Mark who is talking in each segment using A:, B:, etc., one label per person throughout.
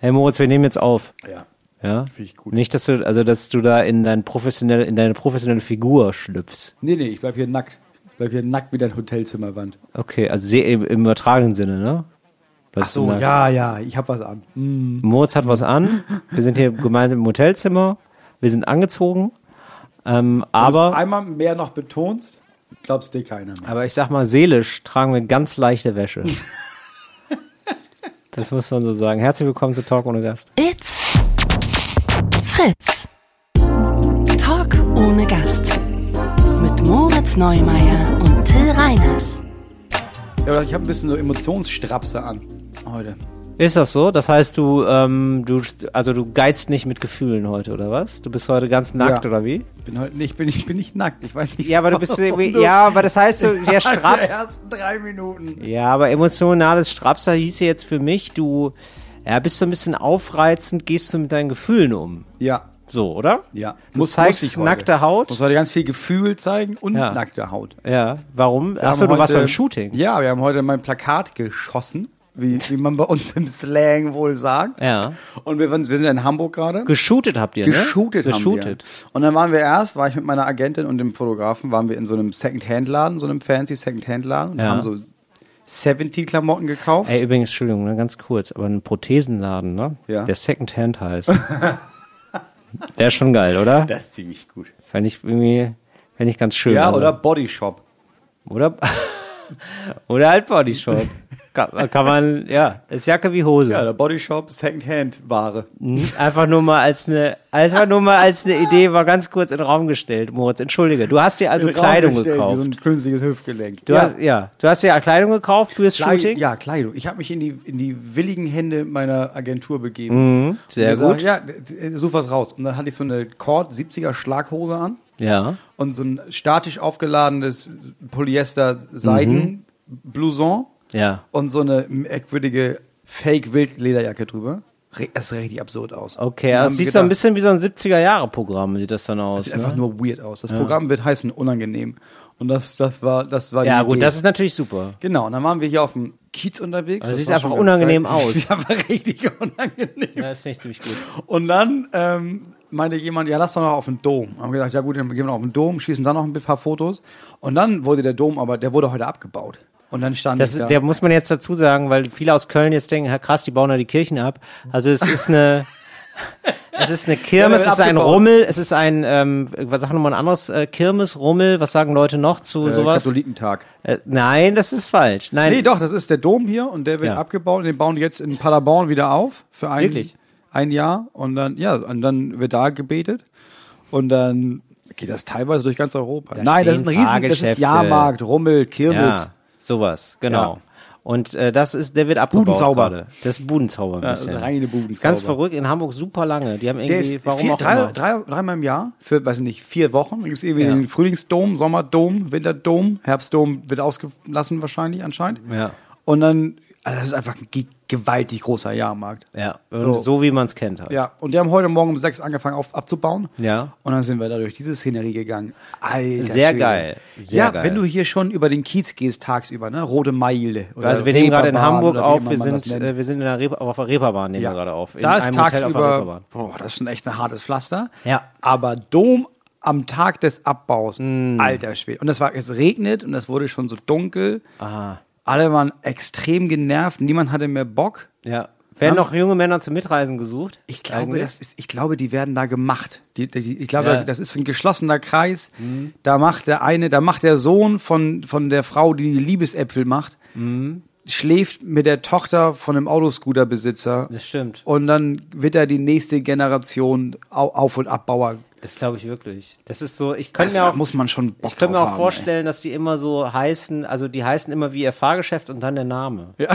A: hey Moritz, wir nehmen jetzt auf.
B: Ja,
A: Ja.
B: finde ich gut.
A: Nicht, dass du, also dass du da in dein professionelle, in deine professionelle Figur schlüpfst.
B: Nee, nee, ich bleib hier nackt. Ich bleib hier nackt wie dein Hotelzimmerwand.
A: Okay, also sehr im, im übertragenen Sinne, ne? Bleibst du nackt.
B: ja, ja, ich hab was an. Hm.
A: Moritz hat was an. Wir sind hier gemeinsam im Hotelzimmer. Wir sind angezogen. Ähm,
B: Wenn du's
A: aber,
B: einmal mehr noch betonst, glaubst dir keiner mehr.
A: aber ich sag mal, seelisch tragen wir ganz leichte Wäsche. das muss man so sagen. Herzlich willkommen zu Talk ohne Gast.
C: It's Fritz. Talk ohne Gast. Mit Moritz Neumeier und Till Reiners.
B: Ja, aber ich habe ein bisschen so Emotionsstrapse an heute.
A: Ist das so? Das heißt, du, ähm, du, also du geizt nicht mit Gefühlen heute, oder was? Du bist heute ganz nackt,
B: Ja.
A: oder wie?
B: Ich bin heute nicht, bin, ich bin nicht nackt. Ich weiß nicht.
A: Ja, aber du bist
B: warum
A: irgendwie,
B: du-
A: ja, aber das heißt, du, der
B: Nach den
A: Straps.
B: ersten drei Minuten.
A: Ja, aber emotionales Strapser hieße jetzt für mich, du ja, bist so ein bisschen aufreizend, gehst du mit deinen Gefühlen um.
B: Ja,
A: So, oder?
B: ja.
A: Du zeigst nackte Haut.
B: Muss heute ganz viel Gefühl zeigen und
A: Ja.
B: nackte Haut.
A: Ja, warum?
B: Wir
A: Achso,
B: haben
A: du warst
B: heute-
A: beim Shooting.
B: Ja, wir haben heute mein Plakat geschossen, wie, wie man bei uns im Slang wohl sagt.
A: Ja.
B: Und wir, waren- wir sind ja in Hamburg gerade.
A: Geshootet habt ihr, ne?
B: Geshootet,
A: Geshootet.
B: haben wir. Und dann waren wir erst, war ich mit meiner Agentin und dem Fotografen, waren wir in so einem Second-Hand-Laden, so einem fancy Second-Hand-Laden und
A: Ja.
B: haben so 70-Klamotten gekauft.
A: Ey, übrigens, Entschuldigung, ne, ganz kurz, aber ein Prothesenladen, ne?
B: Ja.
A: Der Second Hand heißt. Der ist schon geil, oder?
B: Das ist ziemlich gut.
A: Fände ich irgendwie, fände ich ganz schön.
B: Ja,
A: also.
B: oder Bodyshop.
A: Oder, oder halt Body Shop. Kann, kann man, ja, ist Jacke wie Hose. Hm?
B: Ja, der Bodyshop, Second-Hand-Ware.
A: Einfach nur mal als eine, einfach nur mal als eine Idee war ganz kurz in den Raum gestellt, Moritz. Entschuldige, du hast dir also
B: In den Raum
A: Kleidung
B: gestellt,
A: gekauft.
B: Wie so ein künstliches Hüftgelenk.
A: du
B: ja.
A: hast, ja, du hast dir Kleidung gekauft fürs
B: Kleid-
A: Shooting.
B: Ja, Kleidung. Ich habe mich in die, in die willigen Hände meiner Agentur begeben.
A: Mhm. sehr
B: Und gesagt,
A: gut.
B: Ja, äh, such was raus. Und dann hatte ich so eine Cord 70er Schlaghose an
A: Ja.
B: und so ein statisch aufgeladenes Polyester Seiden
A: Mhm.
B: Blouson
A: Ja.
B: und so eine merkwürdige Fake Wildlederjacke drüber. Re- Das sah richtig absurd aus.
A: Okay,
B: Und
A: das
B: haben
A: sieht so ein
B: gedacht,
A: bisschen wie so ein 70er-Jahre-Programm, sieht das dann aus.
B: Sieht
A: ne?
B: einfach nur weird aus. Das Programm wird heißen unangenehm. Und das, das war, das war
A: ja,
B: die
A: gut,
B: Idee.
A: das ist natürlich super.
B: Genau, und dann waren wir hier auf dem Kiez unterwegs.
A: Also
B: Das
A: sieht
B: war
A: einfach
B: schon ganz
A: unangenehm
B: geil.
A: aus.
B: Sieht einfach richtig unangenehm.
A: Ja, das finde ich ziemlich gut.
B: Und dann ähm, meinte jemand, ja, lass doch noch auf den Dom. Haben wir gesagt, ja gut, dann gehen wir noch auf den Dom, schießen dann noch ein paar Fotos. Und dann wurde der Dom, aber der wurde heute abgebaut. Und dann stand
A: Das,
B: ich da.
A: Der muss man jetzt dazu sagen, weil viele aus Köln jetzt denken, Herr krass, die bauen da die Kirchen ab. Also es ist eine, es ist eine Kirmes,
B: Ja, der wird
A: es ist ein
B: abgebaut.
A: Rummel, es ist ein, ähm, was sagen wir mal ein anderes äh, Kirmes, Rummel, was sagen Leute noch zu
B: äh,
A: sowas?
B: Katholikentag.
A: Äh, nein, das ist falsch. Nein,
B: Nee, doch, das ist der Dom hier und der wird
A: Ja.
B: abgebaut und den bauen die jetzt in Paderborn wieder auf für ein,
A: Wirklich?
B: ein Jahr und dann, ja, und dann wird da gebetet und dann geht das teilweise durch ganz Europa. Nein, das ist ein
A: stehen
B: riesen, das ist
A: Fahrgeschäfte.
B: Jahrmarkt, Rummel, Kirmes.
A: ja, sowas, genau.
B: Ja.
A: Und äh, das ist, der wird abgebaut
B: Budenzauber.
A: gerade. Das ist Budenzauber ein bisschen.
B: reine Budenzauber.
A: Ist ganz verrückt, in Hamburg super lange. Die haben
B: Der
A: irgendwie,
B: ist
A: warum
B: vier,
A: auch
B: drei,
A: immer.
B: drei, dreimal im Jahr für, weiß ich nicht, vier Wochen. Dann gibt's irgendwie
A: Ja.
B: den Frühlingsdom, Sommerdom, Winterdom, Herbstdom wird ausgelassen wahrscheinlich anscheinend.
A: Ja.
B: Und dann, also das ist einfach ein gi- gewaltig großer Jahrmarkt.
A: ja,
B: So.
A: so, so wie man es kennt halt.
B: Ja, und die haben heute Morgen um sechs angefangen auf, abzubauen.
A: Ja.
B: Und dann sind wir da durch diese Szenerie gegangen. Alter,
A: Sehr
B: Schwede.
A: geil, sehr
B: ja,
A: geil.
B: wenn du hier schon über den Kiez gehst tagsüber, ne? Rote Meile. oder
A: also wir nehmen gerade in
B: Reeperbahn
A: Hamburg
B: oder wie
A: auf,
B: immer
A: wir
B: man das
A: sind,
B: nennt.
A: äh, wir sind in der Reeper, auf der Reeperbahn nehmen wir gerade auf. In
B: da ist
A: einem Hotel auf der
B: tagsüber,
A: Reeperbahn.
B: boah, das ist schon echt ein hartes Pflaster.
A: Ja.
B: Aber Dom am Tag des Abbaus,
A: Mm.
B: alter Schwede. Und das war, es regnet und es wurde schon so dunkel.
A: Aha.
B: Alle waren extrem genervt, niemand hatte mehr Bock.
A: Ja. Werden noch junge Männer zum Mitreisen gesucht?
B: Ich glaube,
A: Eigentlich?
B: das ist, ich glaube, die werden da gemacht. Die, die, ich glaube,
A: Ja. Mhm.
B: das ist so ein geschlossener Kreis. Da macht der eine, da macht der Sohn von, von der Frau, die die Liebesäpfel macht,
A: Mhm.
B: schläft mit der Tochter von einem Autoscooterbesitzer.
A: Das stimmt.
B: Und dann wird er die nächste Generation Au- Auf- und Abbauer.
A: Das glaube ich wirklich. Das ist so, ich kann
B: Das
A: mir auch,
B: muss man schon Bock
A: ich kann mir
B: drauf
A: auch
B: haben,
A: vorstellen, dass die immer so heißen, also die heißen immer wie ihr Fahrgeschäft und dann der Name.
B: Ja.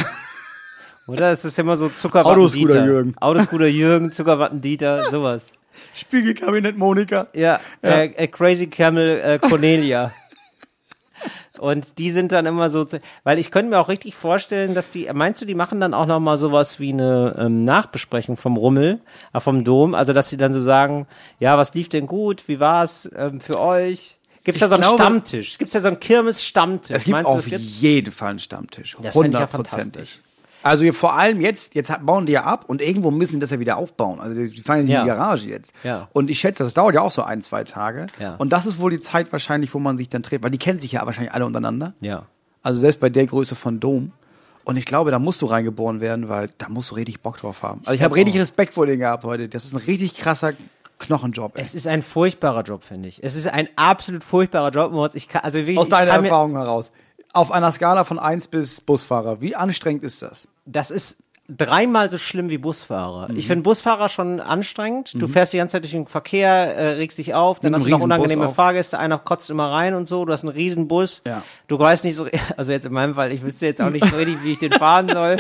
A: Oder es ist immer so Zuckerwatten
B: Autoscooter
A: Dieter.
B: Jürgen.
A: Autoscooter Jürgen, Zuckerwatten Dieter, sowas.
B: Ey. Spiegelkabinett Monika.
A: Ja, Äh, äh, Crazy Camel äh, Cornelia. Und die sind dann immer so, zu- weil ich könnte mir auch richtig vorstellen, dass die, meinst du, die machen dann auch nochmal sowas wie eine ähm, Nachbesprechung vom Rummel, äh, vom Dom, also dass sie dann so sagen, ja, was lief denn gut, wie war's ähm, für euch? Gibt's da
B: Ich
A: so einen
B: glaube-
A: Stammtisch? Gibt's da so einen Kirmes-Stammtisch?
B: Es gibt
A: Meinst du,
B: auf
A: das gibt's?
B: jeden Fall einen Stammtisch.
A: Das fänd ich ja
B: Hundertprozentig.
A: fantastisch.
B: Also hier vor allem jetzt, jetzt hat- bauen die ja ab und irgendwo müssen die das ja wieder aufbauen. Also die fahren ja in
A: Ja.
B: die Garage jetzt.
A: Ja.
B: Und ich schätze, das dauert ja auch so ein, zwei Tage.
A: Ja.
B: Und das ist wohl die Zeit wahrscheinlich, wo man sich dann trifft, weil die kennen sich ja wahrscheinlich alle untereinander.
A: Ja.
B: Also selbst bei der Größe von Dom. Und ich glaube, da musst du reingeboren werden, weil da musst du richtig Bock drauf haben. Also ich habe
A: glaub
B: richtig
A: auch.
B: Respekt vor denen gehabt heute. Das ist ein richtig krasser Knochenjob. Ey.
A: Es ist ein furchtbarer Job, finde ich. Es ist ein absolut furchtbarer Job, Moritz. Ich kann, also wirklich,
B: Aus
A: ich
B: deiner
A: kann mir-
B: Erfahrung heraus. Auf einer Skala von 1 bis Busfahrer, wie anstrengend ist das?
A: das ist dreimal so schlimm wie Busfahrer.
B: Mhm.
A: Ich finde Busfahrer schon anstrengend. Du fährst die ganze Zeit durch den Verkehr, äh, regst dich auf, dann
B: Mit einem
A: hast du noch
B: riesen Bus
A: unangenehme
B: auch.
A: Fahrgäste, einer kotzt immer rein und so, du hast einen riesen Bus.
B: Ja.
A: Du weißt nicht so, also jetzt in meinem Fall, ich wüsste jetzt auch nicht so richtig, wie ich den fahren soll.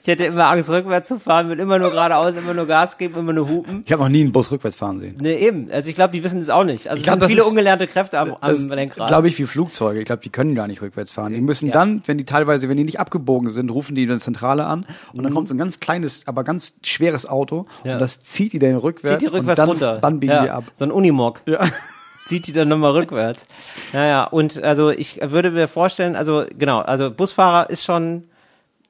A: Ich hätte immer Angst, rückwärts zu fahren, will immer nur geradeaus, immer nur Gas geben, immer nur hupen.
B: Ich habe noch nie einen Bus rückwärts fahren sehen.
A: Ne, eben. Also ich glaube, die wissen es auch nicht. Also
B: Ich
A: es
B: glaub,
A: sind
B: das
A: viele
B: ist-
A: ungelernte Kräfte am, am Lenkrad.
B: glaube ich, wie Flugzeuge. Ich glaube, die können gar nicht rückwärts fahren. Die müssen
A: Ja.
B: dann, wenn die teilweise, wenn die nicht abgebogen sind, rufen die dann Zentrale an und dann kommt so ein ganz kleines, aber ganz schweres Auto
A: Mhm. Ja.
B: und das zieht die dann rückwärts,
A: zieht die rückwärts
B: und dann,
A: runter.
B: dann biegen
A: ja,
B: die ab.
A: So ein Unimog. Zieht die dann nochmal rückwärts. Naja, und also ich würde mir vorstellen, also genau, also Busfahrer ist schon,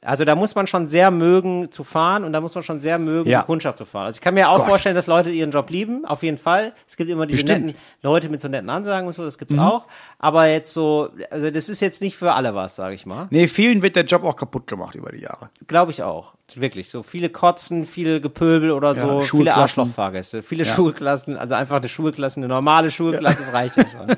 A: also da muss man schon sehr mögen zu fahren und da muss man schon sehr mögen,
B: Ja.
A: die Kundschaft zu fahren. Also ich kann mir auch
B: Gott.
A: vorstellen, dass Leute ihren Job lieben, auf jeden Fall. Es gibt immer diese
B: Bestimmt. Mhm.
A: netten Leute mit so netten Ansagen und so, das gibt's auch. Aber jetzt so, also das ist jetzt nicht für alle was, sage ich mal.
B: Nee, vielen wird der Job auch kaputt gemacht über die Jahre.
A: Glaube ich auch. Wirklich. So viele Kotzen, viele Gepöbel oder so, viele
B: Schulklassen.
A: Arschlochfahrgäste, viele Schulklassen, also einfach eine Schulklasse, eine normale Schulklasse, das reicht ja schon.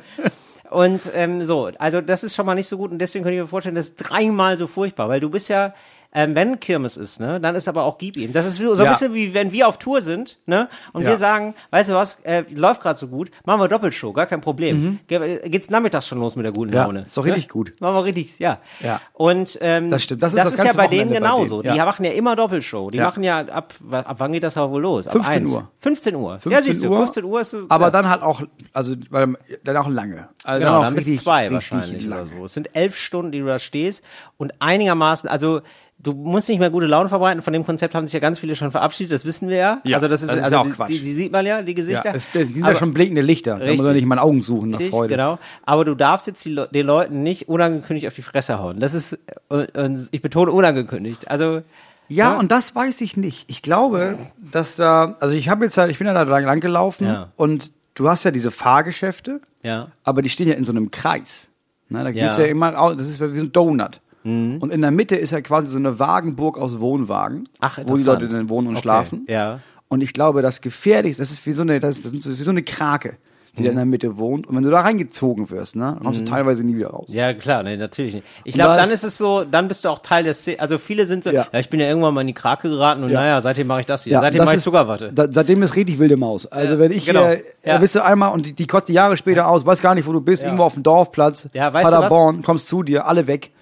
A: Und ähm, so, also das ist schon mal nicht so gut und deswegen könnte ich mir vorstellen, das ist dreimal so furchtbar, weil du bist ja, ähm, wenn Kirmes ist, ne, dann ist aber auch Gib ihm. Das ist so so ein
B: Ja.
A: bisschen wie wenn wir auf Tour sind, ne, und
B: Ja.
A: wir sagen, weißt du was, äh, läuft gerade so gut, machen wir Doppelshow, gar kein Problem. Ge äh, geht's nachmittags schon los mit der guten
B: Mhm. Ja,
A: Laune. ne?
B: ist doch richtig gut.
A: Machen wir richtig, ja.
B: Ja.
A: Und ähm,
B: Das stimmt. Das ist das
A: ja
B: ganze
A: bei denen
B: Wochenende bei
A: genauso.
B: denen, ja.
A: Die machen ja immer Doppelshow. Die
B: Ja.
A: machen ja ab, wa- ab wann geht das aber wohl los? Ab
B: 15
A: 1.
B: Uhr.
A: 15 Uhr.
B: 15
A: ja, siehst du,
B: Uhr.
A: 15 Uhr ist so,
B: Aber
A: ja.
B: dann halt auch, also weil, dann auch lange. Also
A: Genau,
B: auch
A: dann bis
B: richtig-
A: zwei
B: richtig
A: wahrscheinlich
B: lang.
A: oder so. Es sind elf Stunden, die du da stehst und einigermaßen, also du musst nicht mehr gute Laune verbreiten. Von dem Konzept haben sich ja ganz viele schon verabschiedet, das wissen wir ja.
B: Ja,
A: also das ist,
B: das ist
A: also
B: ja auch
A: die,
B: Quatsch.
A: Die, die sieht man ja, die
B: Ja,
A: Gesichter.
B: es, es sind ja
A: Aber-
B: schon blinkende Lichter. Da muss man
A: Richtig.
B: nicht mal in Augen suchen nach
A: Richtig,
B: Freude.
A: genau. Aber du darfst jetzt die, Le- den Leuten nicht unangekündigt auf die Fresse hauen. Das ist, und, und ich betone unangekündigt. Also
B: Ja, und das weiß ich nicht. Ich glaube, dass da, also ich habe jetzt halt, ich bin ja da lang, lang gelaufen
A: Ja.
B: und du hast ja diese Fahrgeschäfte,
A: Ja.
B: aber die stehen ja in so einem Kreis. Ne,
A: Ja.
B: da
A: Mhm.
B: gehst du ja immer raus, das ist wie so ein Donut. Und in der Mitte ist ja quasi so eine Wagenburg aus Wohnwagen,
A: Ach,
B: wo die
A: interessant.
B: Leute dann wohnen und
A: Okay,
B: schlafen.
A: ja.
B: Und ich glaube, das Gefährlichste, das ist wie so eine, das, das ist wie so eine Krake, die
A: Mhm.
B: da in der Mitte wohnt. Und wenn du da reingezogen wirst, ne, dann kommst du teilweise nie wieder raus.
A: Ja, klar, nee, natürlich nicht. Ich glaube, dann
B: Was?
A: ist es so, dann bist du auch Teil der Szene. Also viele sind so,
B: Ja.
A: ja. ich bin ja irgendwann mal in die Krake geraten und
B: Ja.
A: naja, seitdem mache ich das hier.
B: Ja,
A: seitdem
B: das
A: mache ich
B: ist-
A: Zuckerwatte.
B: Da, seitdem ist richtig wilde Maus. Also wenn ich
A: genau.
B: hier,
A: Ja.
B: da bist du einmal und die, die kotzt die Jahre später aus, weiß gar nicht, wo du bist, irgendwo auf dem Dorfplatz,
A: Ja, weißt du
B: Paderborn, kommst zu dir, alle weg.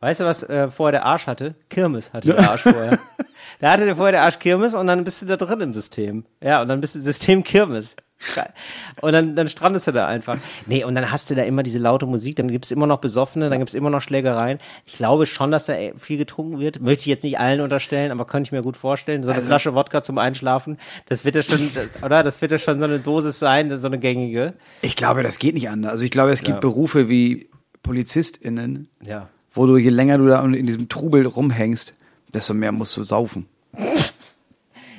A: Weißt du, was äh, vorher der Arsch hatte? Kirmes hatte der Arsch vorher. Da hatte der vorher der Arsch Kirmes und dann bist du da drin im System. Ja, und dann bist du System Kirmes. Geil. Und dann, dann strandest du da einfach. Nee, und dann hast du da immer diese laute Musik, dann gibt's immer noch Besoffene, dann gibt's immer noch Schlägereien. Ich glaube schon, dass da äh, viel getrunken wird. Möchte ich jetzt nicht allen unterstellen, aber könnte ich mir gut vorstellen. So
B: Also
A: eine Flasche Wodka zum Einschlafen, das wird ja schon, oder? Das wird ja schon so eine Dosis sein, so eine gängige.
B: Ich glaube, das geht nicht anders. Also ich glaube, es gibt Berufe wie PolizistInnen,
A: Ja.
B: wo du, je länger du da in diesem Trubel rumhängst, desto mehr musst du saufen.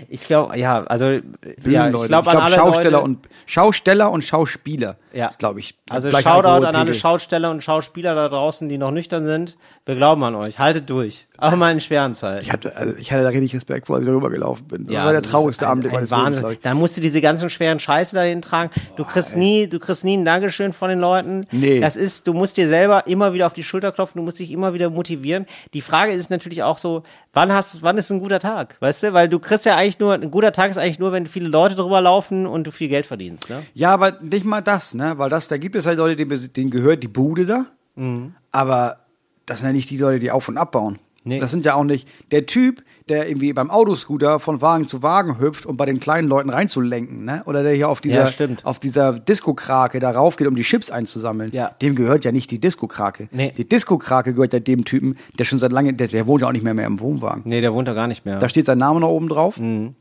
A: Ich glaube, ja, also, ja, ich
B: Bühnenleute.
A: glaube an
B: glaub,
A: alle
B: Schausteller
A: Leute,
B: und Schausteller und Schauspieler.
A: Ja.
B: Das glaube ich.
A: Also
B: gleich
A: Shoutout
B: Alkohol-
A: an alle
B: Pegel.
A: Schausteller und Schauspieler da draußen, die noch nüchtern sind. Wir glauben an euch. Haltet durch. Auch mal in schweren Zeiten.
B: ich hatte, also ich hatte da richtig Respekt vor, als ich darüber gelaufen bin. das war der
A: das
B: traurigste
A: ist ein-
B: Abend
A: ein
B: meines Lebens, glaub
A: Wahnsinn.
B: ich.
A: Da musst du diese ganzen schweren Scheiße dahin tragen. Du kriegst nie, du kriegst nie ein Dankeschön von den Leuten.
B: Nee.
A: Das ist, du musst dir selber immer wieder auf die Schulter klopfen, du musst dich immer wieder motivieren. Die Frage ist natürlich auch so, wann hast, wann ist ein guter Tag? Weißt du, weil du kriegst ja eigentlich nur, ein guter Tag ist eigentlich nur, wenn viele Leute drüber laufen und du viel Geld verdienst, ne?
B: Ja, aber nicht mal das, ne? Weil das, da gibt es halt Leute, denen, bes- denen gehört die Bude da.
A: Mhm.
B: Aber das sind ja nicht die Leute, die auf und abbauen.
A: Nee.
B: Das sind ja auch nicht der Typ, der irgendwie beim Autoscooter von Wagen zu Wagen hüpft, um bei den kleinen Leuten reinzulenken, ne? Oder der hier auf dieser,
A: Ja, stimmt.
B: auf dieser Disco-Krake da raufgeht, um die Chips einzusammeln.
A: Ja.
B: Dem gehört ja nicht die Disco-Krake.
A: Nee.
B: Die Disco-Krake gehört ja dem Typen, der schon seit langem, der, der wohnt ja auch nicht mehr, mehr im Wohnwagen.
A: Nee, der wohnt da gar nicht mehr.
B: Da steht sein Name noch oben drauf.
A: Mhm.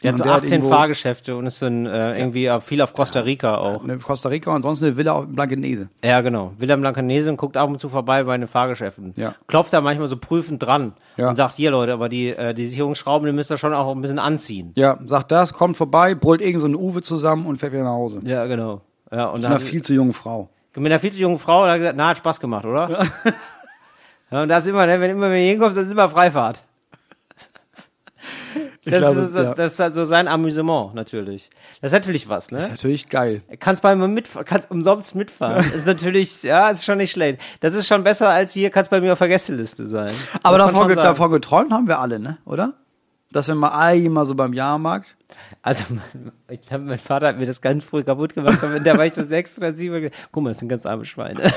A: Der hat
B: Und
A: so
B: der hat
A: 18
B: irgendwo-
A: Fahrgeschäfte und ist so ein, äh, irgendwie auf- viel auf Costa Rica auch.
B: Eine Costa Rica und sonst eine Villa auf Blankenese.
A: Ja, genau. Wilhelm Blancanese und guckt ab und zu vorbei bei den Fahrgeschäften.
B: Ja.
A: Klopft da manchmal so prüfend dran
B: Ja.
A: und sagt, hier Leute, aber die, äh, die Sicherungsschrauben, die müsst ihr schon auch ein bisschen anziehen.
B: Ja, sagt das, kommt vorbei, brüllt irgend so eine Uwe zusammen und fährt wieder nach Hause.
A: Ja, genau. Ja, und
B: Zu einer
A: dann
B: viel zu jungen Frau.
A: mit einer viel zu jungen Frau hat er gesagt, na, hat Spaß gemacht, oder? Ja. und das immer, ne, wenn immer wenn du hinkommst, das ist immer Freifahrt. Das,
B: glaube,
A: ist, das,
B: ja.
A: das ist halt so sein Amüsement, natürlich. Das ist natürlich was, ne?
B: Natürlich geil.
A: Kannst bei mir mitfahren, kannst umsonst mitfahren. ist natürlich, ja, ist schon nicht schlecht. Das ist schon besser als hier, kannst bei mir auf der Gästeliste sein.
B: Aber
A: Muss man
B: davon,
A: schon
B: ge
A: sagen.
B: davon geträumt haben wir alle, ne? Oder? Dass wir mal einmal so beim Jahrmarkt.
A: Also, mein- ich glaube, mein Vater hat mir das ganz früh kaputt gemacht. aber Da war ich so sechs oder sieben. und gesagt, Guck mal, das sind ganz arme Schweine.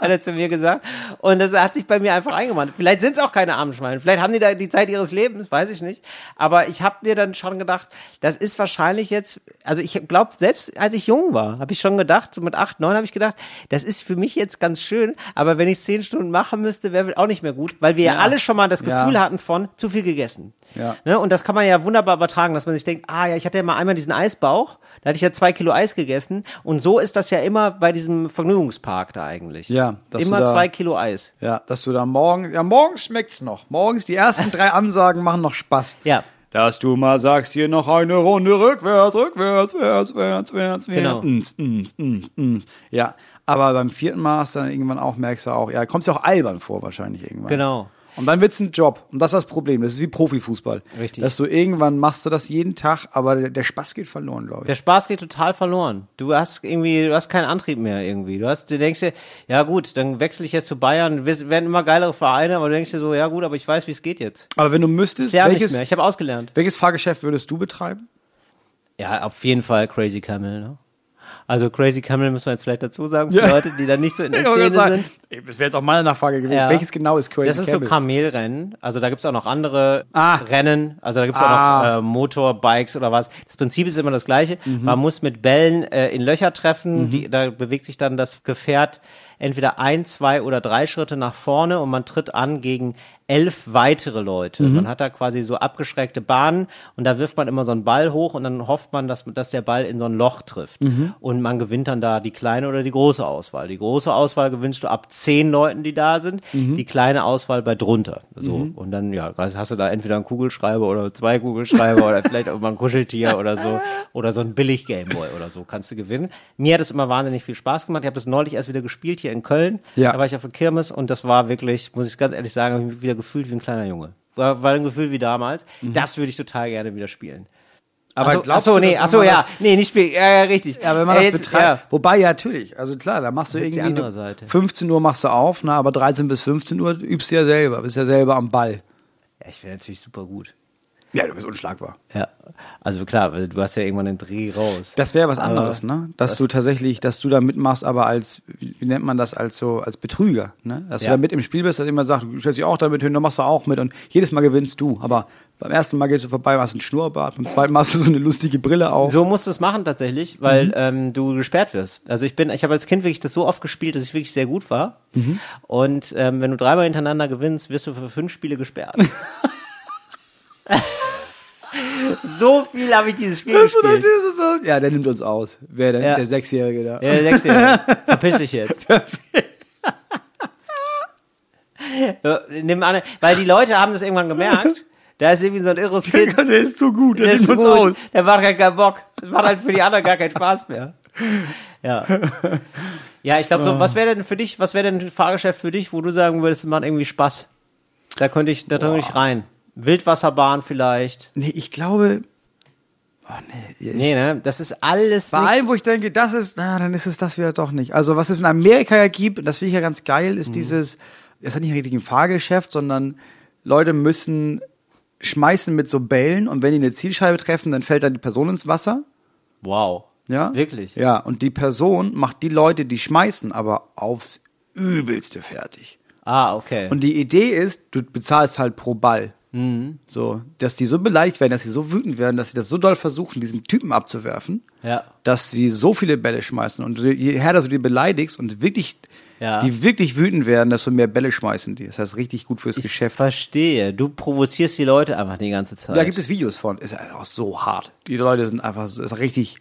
A: hat er zu mir gesagt. Und das hat sich bei mir einfach eingemacht. Vielleicht sind es auch keine armen Schweine. Vielleicht haben die da die Zeit ihres Lebens, weiß ich nicht. Aber ich habe mir dann schon gedacht, das ist wahrscheinlich jetzt, also ich glaube, selbst als ich jung war, habe ich schon gedacht, so mit acht, neun habe ich gedacht, das ist für mich jetzt ganz schön, aber wenn ich zehn Stunden machen müsste, wäre auch nicht mehr gut, weil wir ja,
B: Ja.
A: alle schon mal das
B: Ja.
A: Gefühl hatten von zu viel gegessen.
B: Ja.
A: Ne? Und das kann man ja wunderbar übertragen, dass man sich denkt, ah ja, ich hatte ja mal einmal diesen Eisbauch, da hatte ich ja zwei Kilo Eis gegessen. Und so ist das ja immer bei diesem Vergnügungspark da eigentlich.
B: Ja, dass du
A: Immer
B: da-
A: zwei Kilo Eis.
B: Ja, dass du da morgen, ja, morgens schmeckt's noch. Morgens, die ersten drei Ansagen machen noch Spaß.
A: Ja.
B: Dass du mal sagst, hier noch eine Runde rückwärts, rückwärts, wärts, wärts, wärts, wärts.
A: Genau.
B: Ns, ns, ns, ns. Ja, aber beim vierten Mal hast du dann irgendwann auch, merkst du auch, ja, kommst du auch albern vor wahrscheinlich irgendwann.
A: Genau.
B: Und dann wird's ein Job. Und das ist das Problem. Das ist wie Profifußball.
A: Richtig.
B: Dass du irgendwann machst du das jeden Tag, aber der, der Spaß geht verloren, glaube ich.
A: Der Spaß geht total verloren. Du hast irgendwie, du hast keinen Antrieb mehr irgendwie. Du hast, du denkst dir, ja gut, dann wechsle ich jetzt zu Bayern, wir werden immer geilere Vereine, aber du denkst dir so, ja gut, aber ich weiß, wie es geht jetzt.
B: Aber wenn du müsstest,
A: Ja, nicht
B: welches,
A: mehr. Ich habe ausgelernt.
B: welches Fahrgeschäft würdest du betreiben?
A: Ja, auf jeden Fall Crazy Camel, ne? Also Crazy Camel müssen wir jetzt vielleicht dazu sagen, für
B: Ja.
A: Leute, die da nicht so in der Szene sind.
B: Ey, Das wäre jetzt auch meine Nachfrage gewesen.
A: Ja.
B: Welches genau ist Crazy
A: Das ist
B: Camel?
A: so Kamelrennen. Also da gibt's auch noch andere
B: Ah.
A: Rennen. Also da gibt's auch
B: Ah. Mhm.
A: noch äh, Motorbikes oder was. Das Prinzip ist immer das gleiche. Man muss mit Bällen äh, in Löcher treffen. Die, da bewegt sich dann das Gefährt entweder ein, zwei oder drei Schritte nach vorne und man tritt an gegen elf weitere Leute.
B: Mhm.
A: Man hat da quasi so abgeschrägte Bahnen und da wirft man immer so einen Ball hoch und dann hofft man, dass, dass der Ball in so ein Loch trifft. Und man gewinnt dann da die kleine oder die große Auswahl. Die große Auswahl gewinnst du ab zehn Leuten, die da sind, die kleine Auswahl bei drunter. So. Und dann, ja, hast du da entweder einen Kugelschreiber oder zwei Kugelschreiber oder vielleicht auch mal ein Kuscheltier oder so. Oder so ein billig Gameboy oder so kannst du gewinnen. Mir hat es immer wahnsinnig viel Spaß gemacht. Ich habe das neulich erst wieder gespielt hier in Köln.
B: Ja.
A: Da war ich auf der Kirmes und das war wirklich, muss ich ganz ehrlich sagen, habe ich mich wieder gefühlt wie ein kleiner Junge. War, war ein Gefühl wie damals. Das würde ich total gerne wieder spielen.
B: Aber
A: achso,
B: glaubst
A: achso,
B: du,
A: nee,
B: dass
A: achso,
B: wenn man
A: ja, nee, nicht spielen, ja, ja, richtig.
B: Ja, wenn man
A: Äh,
B: das
A: jetzt-
B: betreibt. Wobei, ja, natürlich. Also klar, da machst du
A: Jetzt die
B: irgendwie.
A: andere
B: du-
A: Seite.
B: 15 Uhr machst du auf, ne, aber 13 bis 15 Uhr übst du ja selber, bist ja selber am Ball.
A: Ja, ich wäre natürlich super gut.
B: Ja, du bist unschlagbar.
A: Ja, also klar, weil du hast ja irgendwann den Dreh raus.
B: Das wäre was
A: Aber-
B: anderes, ne? Dass du tatsächlich, dass du da mitmachst, aber als, wie wie nennt man das, als so, als Betrüger, ne? Dass
A: Ja.
B: du da mit im Spiel bist, dass jemand sagt, du stellst dich auch damit hin, dann machst du auch mit und jedes Mal gewinnst du. Aber beim ersten Mal gehst du vorbei, hast einen Schnurrbart, beim zweiten Mal hast du so eine lustige Brille auf.
A: So musst du es machen tatsächlich, weil
B: Mhm.
A: ähm, du gesperrt wirst. Also ich bin, ich habe als Kind wirklich das so oft gespielt, dass ich wirklich sehr gut war.
B: Mhm.
A: Und ähm, wenn du dreimal hintereinander gewinnst, wirst du für fünf Spiele gesperrt. so viel habe ich dieses Spiel
B: Weißt du, dann
A: gespielt.
B: stehst du so, ja, der nimmt uns aus. Wer denn?
A: Ja.
B: Der Sechsjährige da.
A: Ja, der Sechsjährige. Verpiss dich jetzt. Ja, Nimm an, weil die Leute haben das irgendwann gemerkt. Da ist irgendwie so ein irres Kind,
B: Der ist zu gut, der,
A: Der ist
B: nimmt
A: gut.
B: uns aus.
A: Der macht halt keinen Bock. Das macht halt für die anderen gar keinen Spaß mehr. Ja. Ja, ich glaube
B: Ah.
A: so, was wäre denn für dich, was wäre denn ein Fahrgeschäft für dich, wo du sagen würdest, es macht irgendwie Spaß? Da könnte ich, da könnte ich rein. Wildwasserbahn vielleicht.
B: Nee, ich glaube. Oh, nee.
A: Nee, ne? Das ist alles
B: Bei
A: nicht-
B: allem, wo ich denke, das ist, na, dann ist es das wieder doch nicht. Also, was es in Amerika ja gibt, und das finde ich ja ganz geil,
A: Mhm.
B: ist dieses, das ist nicht richtig ein Fahrgeschäft, sondern Leute müssen schmeißen mit so Bällen und wenn die eine Zielscheibe treffen, dann fällt dann die Person ins Wasser.
A: Wow.
B: Ja?
A: Wirklich.
B: Ja, und die Person macht die Leute, die schmeißen, aber aufs Übelste fertig.
A: Ah, okay.
B: Und die Idee ist, du bezahlst halt pro Ball.
A: Mhm.
B: So, dass die so beleidigt werden, dass sie so wütend werden, dass sie das so doll versuchen, diesen Typen abzuwerfen,
A: Ja.
B: dass sie so viele Bälle schmeißen. Und je härter du die beleidigst und wirklich
A: Ja.
B: die wirklich wütend werden, desto mehr Bälle schmeißen die. Das heißt, richtig gut fürs
A: Ich
B: Geschäft.
A: verstehe. Du provozierst die Leute einfach die ganze Zeit.
B: Da gibt es Videos von. Ist auch so hart. Die Leute sind einfach, so- ist richtig,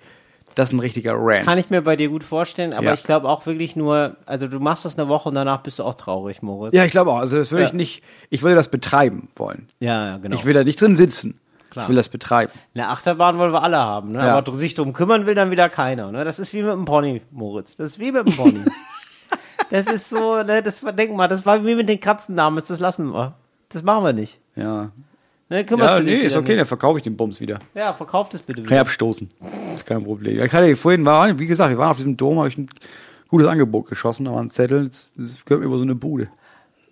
B: das ist ein richtiger Rant.
A: Kann ich mir bei dir gut vorstellen, aber
B: Ja.
A: ich glaube auch wirklich nur, also du machst das eine Woche und danach bist du auch traurig, Moritz.
B: Ja, ich glaube auch. Also das würde
A: Ja.
B: ich nicht, ich würde das betreiben wollen.
A: Ja, ja, genau.
B: Ich will da nicht drin sitzen.
A: Klar.
B: Ich will das betreiben.
A: Eine Achterbahn wollen wir alle haben, ne?
B: Ja.
A: aber dr- sich drum kümmern will dann wieder keiner. Ne? Das ist wie mit dem Pony, Moritz. Das ist wie mit dem Pony. das ist so, ne, das war- denk mal, das war wie mit den Katzen damals, das lassen wir. Das machen wir nicht.
B: Ja.
A: Ne, kümmerst
B: Ja,
A: du dich
B: nee, ist
A: wieder
B: okay,
A: nicht.
B: dann verkaufe ich den Bums wieder.
A: Ja, verkauft es bitte
B: Kann ich
A: wieder.
B: abstoßen. Ist kein Problem. Ich hatte vorhin, war, wie gesagt, wir waren auf diesem Dom, habe ich ein gutes Angebot geschossen, da war ein Zettel, das, das gehört mir über so eine Bude.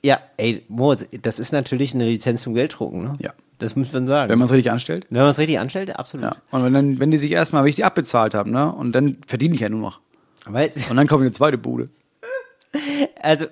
A: Ja, ey, Moritz, das ist natürlich eine Lizenz zum Gelddrucken, ne?
B: Ja.
A: Das muss man sagen.
B: Wenn man es richtig anstellt.
A: Wenn man es richtig anstellt, absolut.
B: Ja. Und wenn, dann, wenn die sich erstmal richtig abbezahlt haben, ne? Und dann verdiene ich ja nur noch.
A: Weil,
B: Und dann kaufe ich eine zweite Bude.
A: also,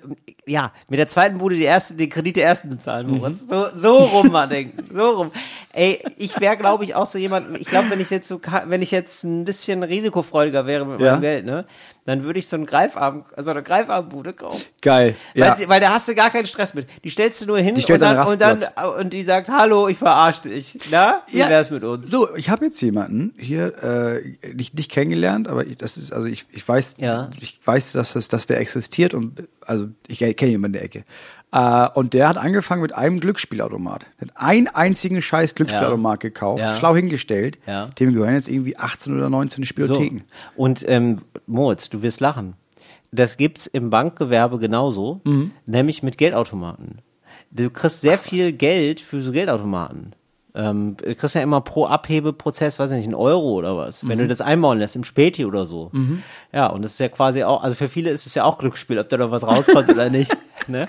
A: ja, mit der zweiten Bude die erste, den Kredit der ersten bezahlen,
B: Mhm.
A: Moritz. So, so rum mal denken. So rum. Ey, ich wäre, glaube ich, auch so jemand, ich glaube, wenn ich jetzt so, ka- wenn ich jetzt ein bisschen risikofreudiger wäre mit
B: Ja.
A: meinem Geld, ne, dann würde ich so einen Greifarm, so eine Greifarmbude kaufen.
B: Geil. Ja.
A: Weil, sie, weil da hast du gar keinen Stress mit. Die stellst du nur hin
B: Die
A: und,
B: stellst du an
A: dann,
B: den
A: und dann
B: Rastplatz.
A: und die sagt, hallo, ich verarsch dich. Na, wie
B: Ja.
A: wär's mit uns?
B: So, ich habe jetzt jemanden hier äh, nicht, nicht kennengelernt, aber ich, das ist also ich, ich weiß
A: Ja.
B: ich weiß, dass das dass der existiert und also ich kenne jemanden in der Ecke. Äh, und der hat angefangen mit einem Glücksspielautomat. Der hat einen einzigen scheiß Glücksspielautomat gekauft,
A: Ja.
B: schlau hingestellt.
A: Ja.
B: Dem gehören jetzt irgendwie 18 oder 19 Spielotheken.
A: So. Und ähm, Moritz, du wirst lachen. Das gibt's im Bankgewerbe genauso, nämlich mit Geldautomaten. Du kriegst sehr viel Geld für so Geldautomaten. Ähm, du kriegst ja immer pro Abhebeprozess, weiß ich nicht, einen Euro oder was, wenn du das einbauen lässt, im Späti oder so. Ja, und das ist ja quasi auch, also für viele ist es ja auch Glücksspiel, ob da noch was rauskommt oder nicht. Ne?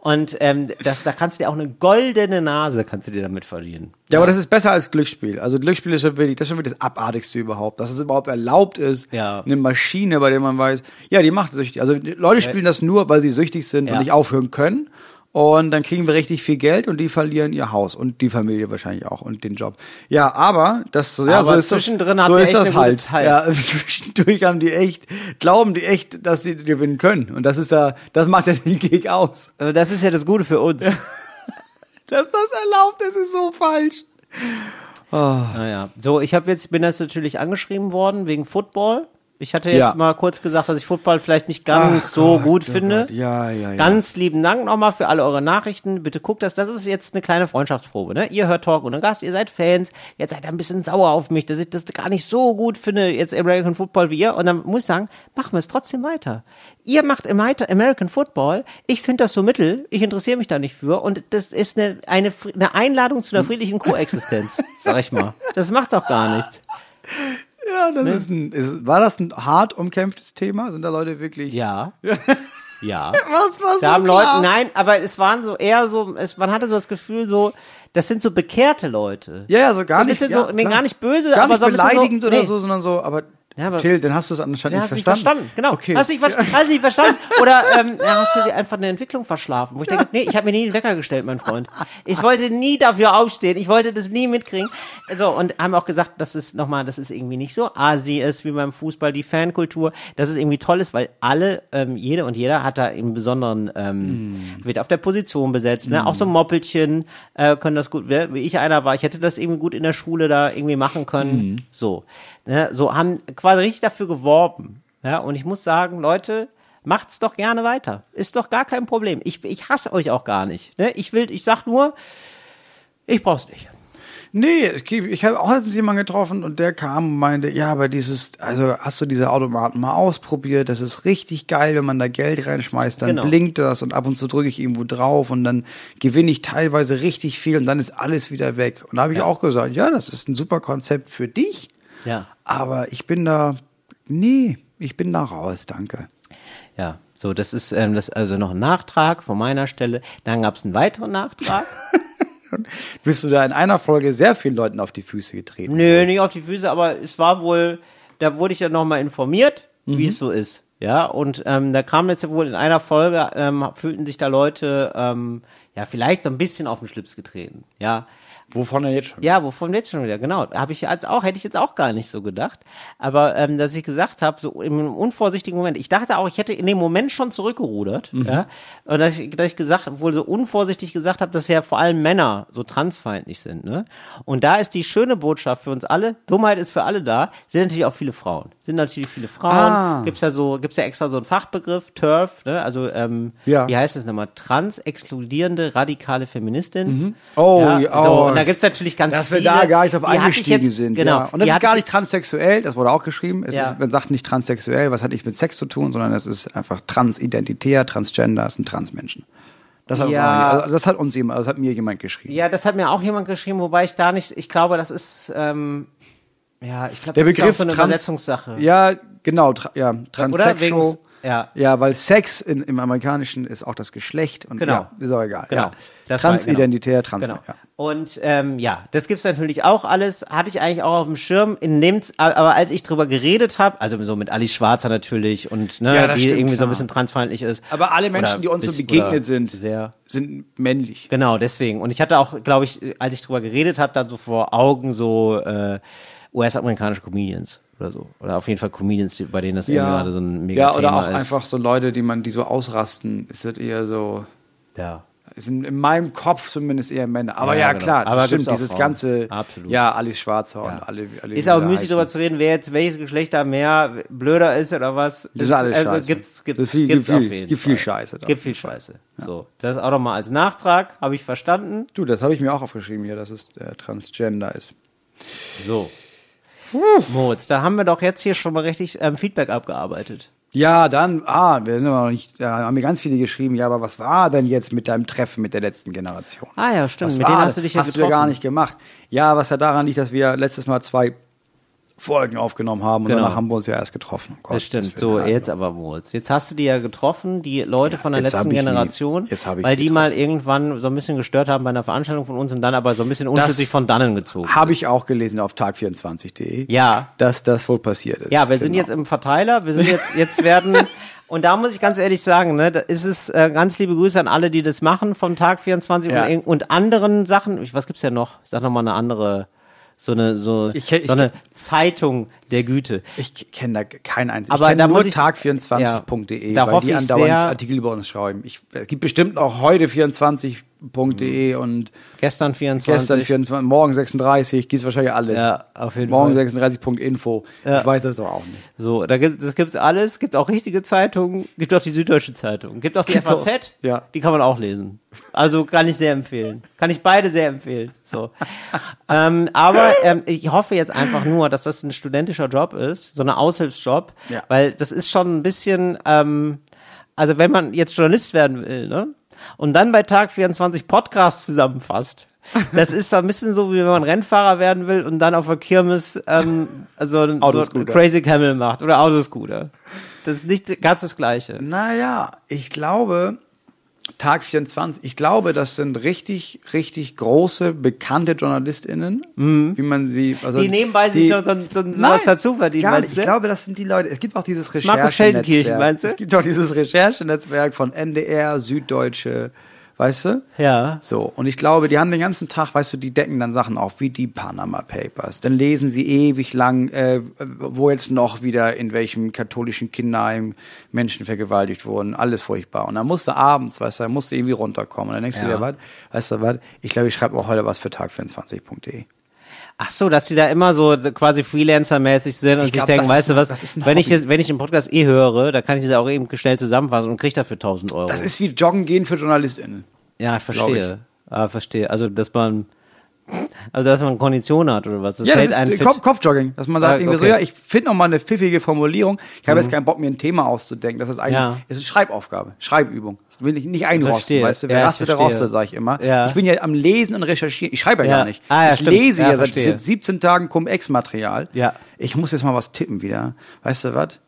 A: Und ähm, das, da kannst du dir auch eine goldene Nase, kannst du dir damit verdienen.
B: Ja, aber das ist besser als Glücksspiel. Also Glücksspiel ist schon wirklich, das ist schon wirklich das Abartigste überhaupt, dass es überhaupt erlaubt ist,
A: Ja.
B: eine Maschine, bei der man weiß, ja, die macht süchtig. Also die Leute spielen das nur, weil sie süchtig sind
A: Ja.
B: und nicht aufhören können. Und dann kriegen wir richtig viel Geld und die verlieren ihr Haus und die Familie wahrscheinlich auch und den Job. Ja, aber das so, ja,
A: Aber
B: so ist
A: zwischendrin
B: das,
A: hatten
B: so
A: wir
B: ist
A: echt
B: das
A: eine gute
B: halt.
A: Zeit.
B: Ja, zwischendurch haben die echt, glauben die echt, dass sie gewinnen können. Und das ist ja, das macht ja den Gig aus.
A: Äh, Das ist ja das Gute für uns.
B: Dass das erlaubt ist, ist so falsch.
A: Naja, so ich habe jetzt bin jetzt natürlich angeschrieben worden wegen Football. Ich hatte jetzt
B: Ja.
A: mal kurz gesagt, dass ich Football vielleicht nicht ganz
B: Ach
A: so
B: Gott,
A: gut
B: oh
A: finde.
B: Gott. Ja, ja, ja.
A: Ganz lieben Dank nochmal für alle eure Nachrichten. Bitte guckt das. Das ist jetzt eine kleine Freundschaftsprobe. Ne? Ihr hört Talk ohne Gast, ihr seid Fans. Jetzt seid ihr ein bisschen sauer auf mich, dass ich das gar nicht so gut finde, jetzt American Football wie ihr. Und dann muss ich sagen, machen wir es trotzdem weiter. Ihr macht im Weiter- American Football. Ich finde das so mittel. Ich interessiere mich da nicht für. Und das ist eine, eine, Fri- eine Einladung zu einer friedlichen Koexistenz, sag ich mal. Das macht doch gar nichts.
B: Ja, das Ne, ist ein, ist, war das ein hart umkämpftes Thema? Sind da Leute wirklich?
A: Ja. Ja.
B: Was, was?
A: Da haben Leute, nein, aber es waren so eher so, es, man hatte so das Gefühl, so, das sind so bekehrte Leute.
B: Ja, ja, so gar
A: So ein
B: nicht.
A: bisschen
B: ja,
A: so- nee,
B: klar.
A: gar nicht böse,
B: gar
A: aber
B: nicht
A: so ein bisschen so-
B: beleidigend oder
A: nee.
B: so, sondern so. Aber,
A: Ja, aber-
B: Till, dann hast du es anscheinend
A: Ja,
B: nicht
A: hast du nicht
B: verstanden.
A: verstanden, genau.
B: Okay.
A: Hast du nicht, ver hast du nicht verstanden? Oder ähm, ja, hast du dir einfach eine Entwicklung verschlafen? Wo ich denke, nee, ich habe mir nie den Wecker gestellt, mein Freund. Ich wollte nie dafür aufstehen, ich wollte das nie mitkriegen. So, und haben auch gesagt, dass es nochmal, dass es irgendwie nicht so asi ist wie beim Fußball, die Fankultur, dass es irgendwie toll ist, weil alle, ähm, jede und jeder hat da im besonderen, ähm, wird auf der Position besetzt, ne? Auch so Moppelchen äh, können das gut, wer- wie ich einer war, ich hätte das irgendwie gut in der Schule da irgendwie machen können. So. Ne? So haben quasi richtig dafür geworben. Ja, und ich muss sagen, Leute, macht's doch gerne weiter. Ist doch gar kein Problem. Ich, ich hasse euch auch gar nicht. Ne? Ich will, ich sag nur, ich brauch's nicht.
B: Nee, es gibt- ich habe auch letztens jemanden getroffen und der kam und meinte, ja, aber dieses, also hast du diese Automaten mal ausprobiert, das ist richtig geil, wenn man da Geld reinschmeißt, dann
A: Genau.
B: blinkt das und ab und zu drücke ich irgendwo drauf und dann gewinne ich teilweise richtig viel und dann ist alles wieder weg. Und da habe ich auch gesagt, ja, das ist ein super Konzept für dich,
A: Ja.
B: aber ich bin da, nee, ich bin da raus, danke.
A: Ja, so, das ist ähm, das, also noch ein Nachtrag von meiner Stelle. Dann gab's einen weiteren Nachtrag.
B: Bist du da in einer Folge sehr vielen Leuten auf die Füße getreten?
A: Nö, nicht auf die Füße, aber es war wohl, da wurde ich ja nochmal informiert, wie es so ist. Ja, und ähm, da kam jetzt wohl in einer Folge, ähm, fühlten sich da Leute, ähm, ja, vielleicht so ein bisschen auf den Schlips getreten. Ja,
B: Wovon er jetzt schon?
A: Ja, wovon jetzt schon wieder, genau. Habe ich jetzt auch, hätte ich jetzt auch gar nicht so gedacht. Aber ähm, dass ich gesagt habe, so im unvorsichtigen Moment, ich dachte auch, ich hätte in dem Moment schon zurückgerudert,
B: Mhm.
A: ja. Und dass ich, dass ich gesagt, wohl so unvorsichtig gesagt habe, dass ja vor allem Männer so transfeindlich sind, ne? Und da ist die schöne Botschaft für uns alle, Dummheit ist für alle da, sind natürlich auch viele Frauen. Sind natürlich viele Frauen.
B: Ah.
A: Gibt's ja so, gibt's ja extra so einen Fachbegriff, TERF, ne? Also, ähm,
B: Ja.
A: wie heißt das nochmal? Trans-exkludierende radikale Feministin.
B: Oh,
A: ja.
B: ja,
A: So,
B: oh.
A: und da gibt's natürlich ganz
B: Dass
A: viele.
B: wir da gar nicht auf
A: die hatte ich
B: eingestiegen
A: jetzt-
B: sind.
A: Genau.
B: Ja. Und das
A: Die
B: ist
A: hatte
B: gar
A: ich-
B: nicht transsexuell, das wurde auch geschrieben. Es
A: Ja.
B: ist, man sagt nicht transsexuell, was hat nichts mit Sex zu tun, sondern es ist einfach transidentitär, transgender, es sind Transmenschen. Das hat,
A: Ja.
B: uns auch, also das hat uns jemand, das hat mir jemand geschrieben.
A: Ja, das hat mir auch jemand geschrieben, wobei ich da nicht, ich glaube, das ist, ähm, ja, ich glaube,
B: Der
A: das
B: Begriff
A: ist auch so eine
B: Trans-
A: Übersetzungssache.
B: Ja, genau, tra ja, transsexual.
A: wegen- ja.
B: ja, weil Sex in, im Amerikanischen ist auch das Geschlecht und
A: Genau.
B: ja, ist auch egal.
A: Genau.
B: Ja.
A: Das war-
B: Transidentitär, trans.
A: Genau.
B: Ja.
A: Und ähm, ja, das gibt's natürlich auch alles. Hatte ich eigentlich auch auf dem Schirm. In dem, Z- aber als ich drüber geredet habe, also so mit Ali Schwarzer natürlich und ne,
B: Ja, das
A: die
B: stimmt,
A: irgendwie so ein
B: klar.
A: bisschen transfeindlich ist.
B: Aber alle Menschen,
A: Oder
B: die uns so
A: bis- oder
B: begegnet sind,
A: Sehr.
B: sind männlich.
A: Genau, deswegen. Und ich hatte auch, glaube ich, als ich drüber geredet habe, dann so vor Augen so äh, US-amerikanische Comedians oder so. Oder auf jeden Fall Comedians, die, bei denen das eben gerade so ein mega
B: ja, oder
A: Thema
B: auch
A: ist.
B: einfach so Leute, die man, die so ausrasten, ist das eher so,
A: Ja.
B: sind in meinem Kopf zumindest eher Männer. Aber
A: Ja,
B: ja,
A: genau.
B: klar, das
A: Aber gibt's
B: stimmt,
A: auch
B: dieses
A: Frauen.
B: ganze,
A: Absolut.
B: ja, alles Schwarzer und
A: Ja.
B: alle, alle
A: ist aber
B: wieder
A: müßig darüber
B: heißen.
A: zu reden, wer jetzt welches Geschlecht da mehr blöder ist oder was. also
B: Das ist alles scheiße.
A: gibt's, gibt's,
B: Das ist viel-
A: gibt's
B: gibt
A: auf
B: viel-
A: jeden
B: gibt viel
A: Fall.
B: Scheiße da.
A: Gibt viel Scheiße. So, das auch nochmal als Nachtrag, habe ich verstanden.
B: Du, das habe ich mir auch aufgeschrieben hier, dass es äh, Transgender ist.
A: So. Moritz, da haben wir doch jetzt hier schon mal richtig ähm, Feedback abgearbeitet.
B: Ja, dann, ah, wir sind aber noch nicht, da haben mir ganz viele geschrieben, ja, aber was war denn jetzt mit deinem Treffen mit der letzten Generation?
A: Ah ja, stimmt.
B: Was
A: Mit
B: war
A: denen
B: das?
A: hast du dich ja
B: hast du ja
A: getroffen.
B: gar nicht gemacht. Ja, was ja daran liegt, dass wir letztes Mal zwei Folgen aufgenommen haben und
A: Genau.
B: danach haben wir uns ja erst getroffen. Um
A: Das
B: Gottes
A: stimmt.
B: Willen.
A: So,
B: Also,
A: jetzt aber Moritz. Jetzt hast du die ja getroffen, die Leute von der
B: jetzt
A: letzten
B: hab ich die-
A: Generation,
B: jetzt hab ich
A: weil
B: die
A: die mal irgendwann so ein bisschen gestört haben bei einer Veranstaltung von uns und dann aber so ein bisschen unschlüssig von dannen gezogen.
B: Habe ich auch gelesen auf tag24.de,
A: Ja.
B: dass das wohl passiert ist.
A: Ja, wir sind
B: Genau.
A: jetzt im Verteiler, wir sind jetzt, jetzt werden, und da muss ich ganz ehrlich sagen, ne, da ist es äh, ganz liebe Grüße an alle, die das machen vom Tag 24
B: Ja.
A: und, irgend- und anderen Sachen. Ich, was gibt's ja noch? Ich sag nochmal eine andere, so eine, so,
B: Ich kenn- ich
A: so eine Zeitung der Güte.
B: Ich kenne da keinen einzigen.
A: Aber
B: ich
A: da
B: kenne nur
A: muss ich-
B: tag24.de,
A: Ja, da
B: weil
A: hoffe
B: die
A: ich
B: andauernd
A: sehr-
B: Artikel über uns schreiben. Ich, es gibt bestimmt auch heute 24.de
A: Mhm.
B: und
A: Gestern 24.
B: gestern 24, morgen 36, gibt es wahrscheinlich alles.
A: Ja, auf jeden
B: morgen
A: Fall.
B: 36.info. Ich weiß das doch auch nicht.
A: So, da gibt es gibt's alles, gibt auch richtige Zeitungen, gibt auch die Süddeutsche Zeitung, gibt auch die
B: Gibt
A: FAZ,
B: auch, ja.
A: die kann man auch lesen. Also kann ich sehr empfehlen. Kann ich beide sehr empfehlen. So. ähm, aber ähm, ich hoffe jetzt einfach nur, dass das ein studentischer Job ist, so ein Aushilfsjob,
B: Ja.
A: weil das ist schon ein bisschen, ähm, also wenn man jetzt Journalist werden will, ne? Und dann bei Tag 24 Podcasts zusammenfasst. Das ist so ein bisschen so, wie wenn man Rennfahrer werden will und dann auf der Kirmes ähm, so, ein- so ein
B: Autoscooter.
A: Crazy Camel macht oder Autoscooter. Das ist nicht ganz das Gleiche.
B: Naja, ich glaube, Tag 24, ich glaube, das sind richtig, richtig große, bekannte JournalistInnen, wie man sie, also
A: Mhm. Die nebenbei sich noch so ein- so ein- sowas
B: Nein,
A: dazu verdienen,
B: gar
A: meinst
B: nicht.
A: du?
B: Ich glaube, das sind die Leute, es gibt auch dieses
A: Markus Feldenkirchen,
B: Recherchenetzwerk,
A: meinst du?
B: es gibt auch dieses Recherchenetzwerk von NDR, Süddeutsche, weißt du?
A: Ja.
B: So, und ich glaube, die haben den ganzen Tag, weißt du, die decken dann Sachen auf, wie die Panama Papers. Dann lesen sie ewig lang, äh, wo jetzt noch wieder in welchem katholischen Kinderheim Menschen vergewaltigt wurden. Alles furchtbar. Und dann musst du abends, weißt du, dann musst du irgendwie runterkommen. Und dann denkst du
A: Ja.
B: dir, was, weißt du, was, ich glaube, ich schreibe auch heute was für tag24.de.
A: Ach so, dass die da immer so quasi Freelancer-mäßig sind und
B: Ich glaub,
A: sich denken,
B: das ist
A: weißt du
B: ein-
A: was,
B: das ist ein
A: wenn ich
B: Hobby.
A: das, wenn ich den Podcast eh höre, da kann ich das auch eben schnell zusammenfassen und krieg dafür 1000 Euro.
B: Das ist wie Joggen gehen für JournalistInnen.
A: ja, ich verstehe. Ah, verstehe. Also, dass man, also, dass man Kondition hat oder was. Das
B: Ja,
A: hält
B: das
A: einen
B: ist
A: Also
B: äh,
A: fit.
B: Kopf, Kopfjogging, dass man
A: Ah,
B: sagt, irgendwie so,
A: okay. Mhm.
B: ja, ich finde noch mal eine pfiffige Formulierung. Ich habe jetzt keinen Bock, mir ein Thema auszudenken. Das ist eigentlich,
A: Ja.
B: es ist Schreibaufgabe, Schreibübung. Ich will nicht, nicht einrosten,
A: Verstehe.
B: weißt du, wer
A: Ja, ich
B: rastet, der
A: verstehe.
B: rostet, sage ich immer.
A: Ja.
B: Ich bin ja am Lesen und Recherchieren. Ich schreibe ja,
A: Ja.
B: gar nicht.
A: Ah, ja,
B: ich
A: stimmt.
B: lese
A: Ja,
B: ja seit
A: verstehe.
B: 17 Tagen Cum-Ex-Material.
A: Ja.
B: Ich muss jetzt mal was tippen wieder. Weißt du was?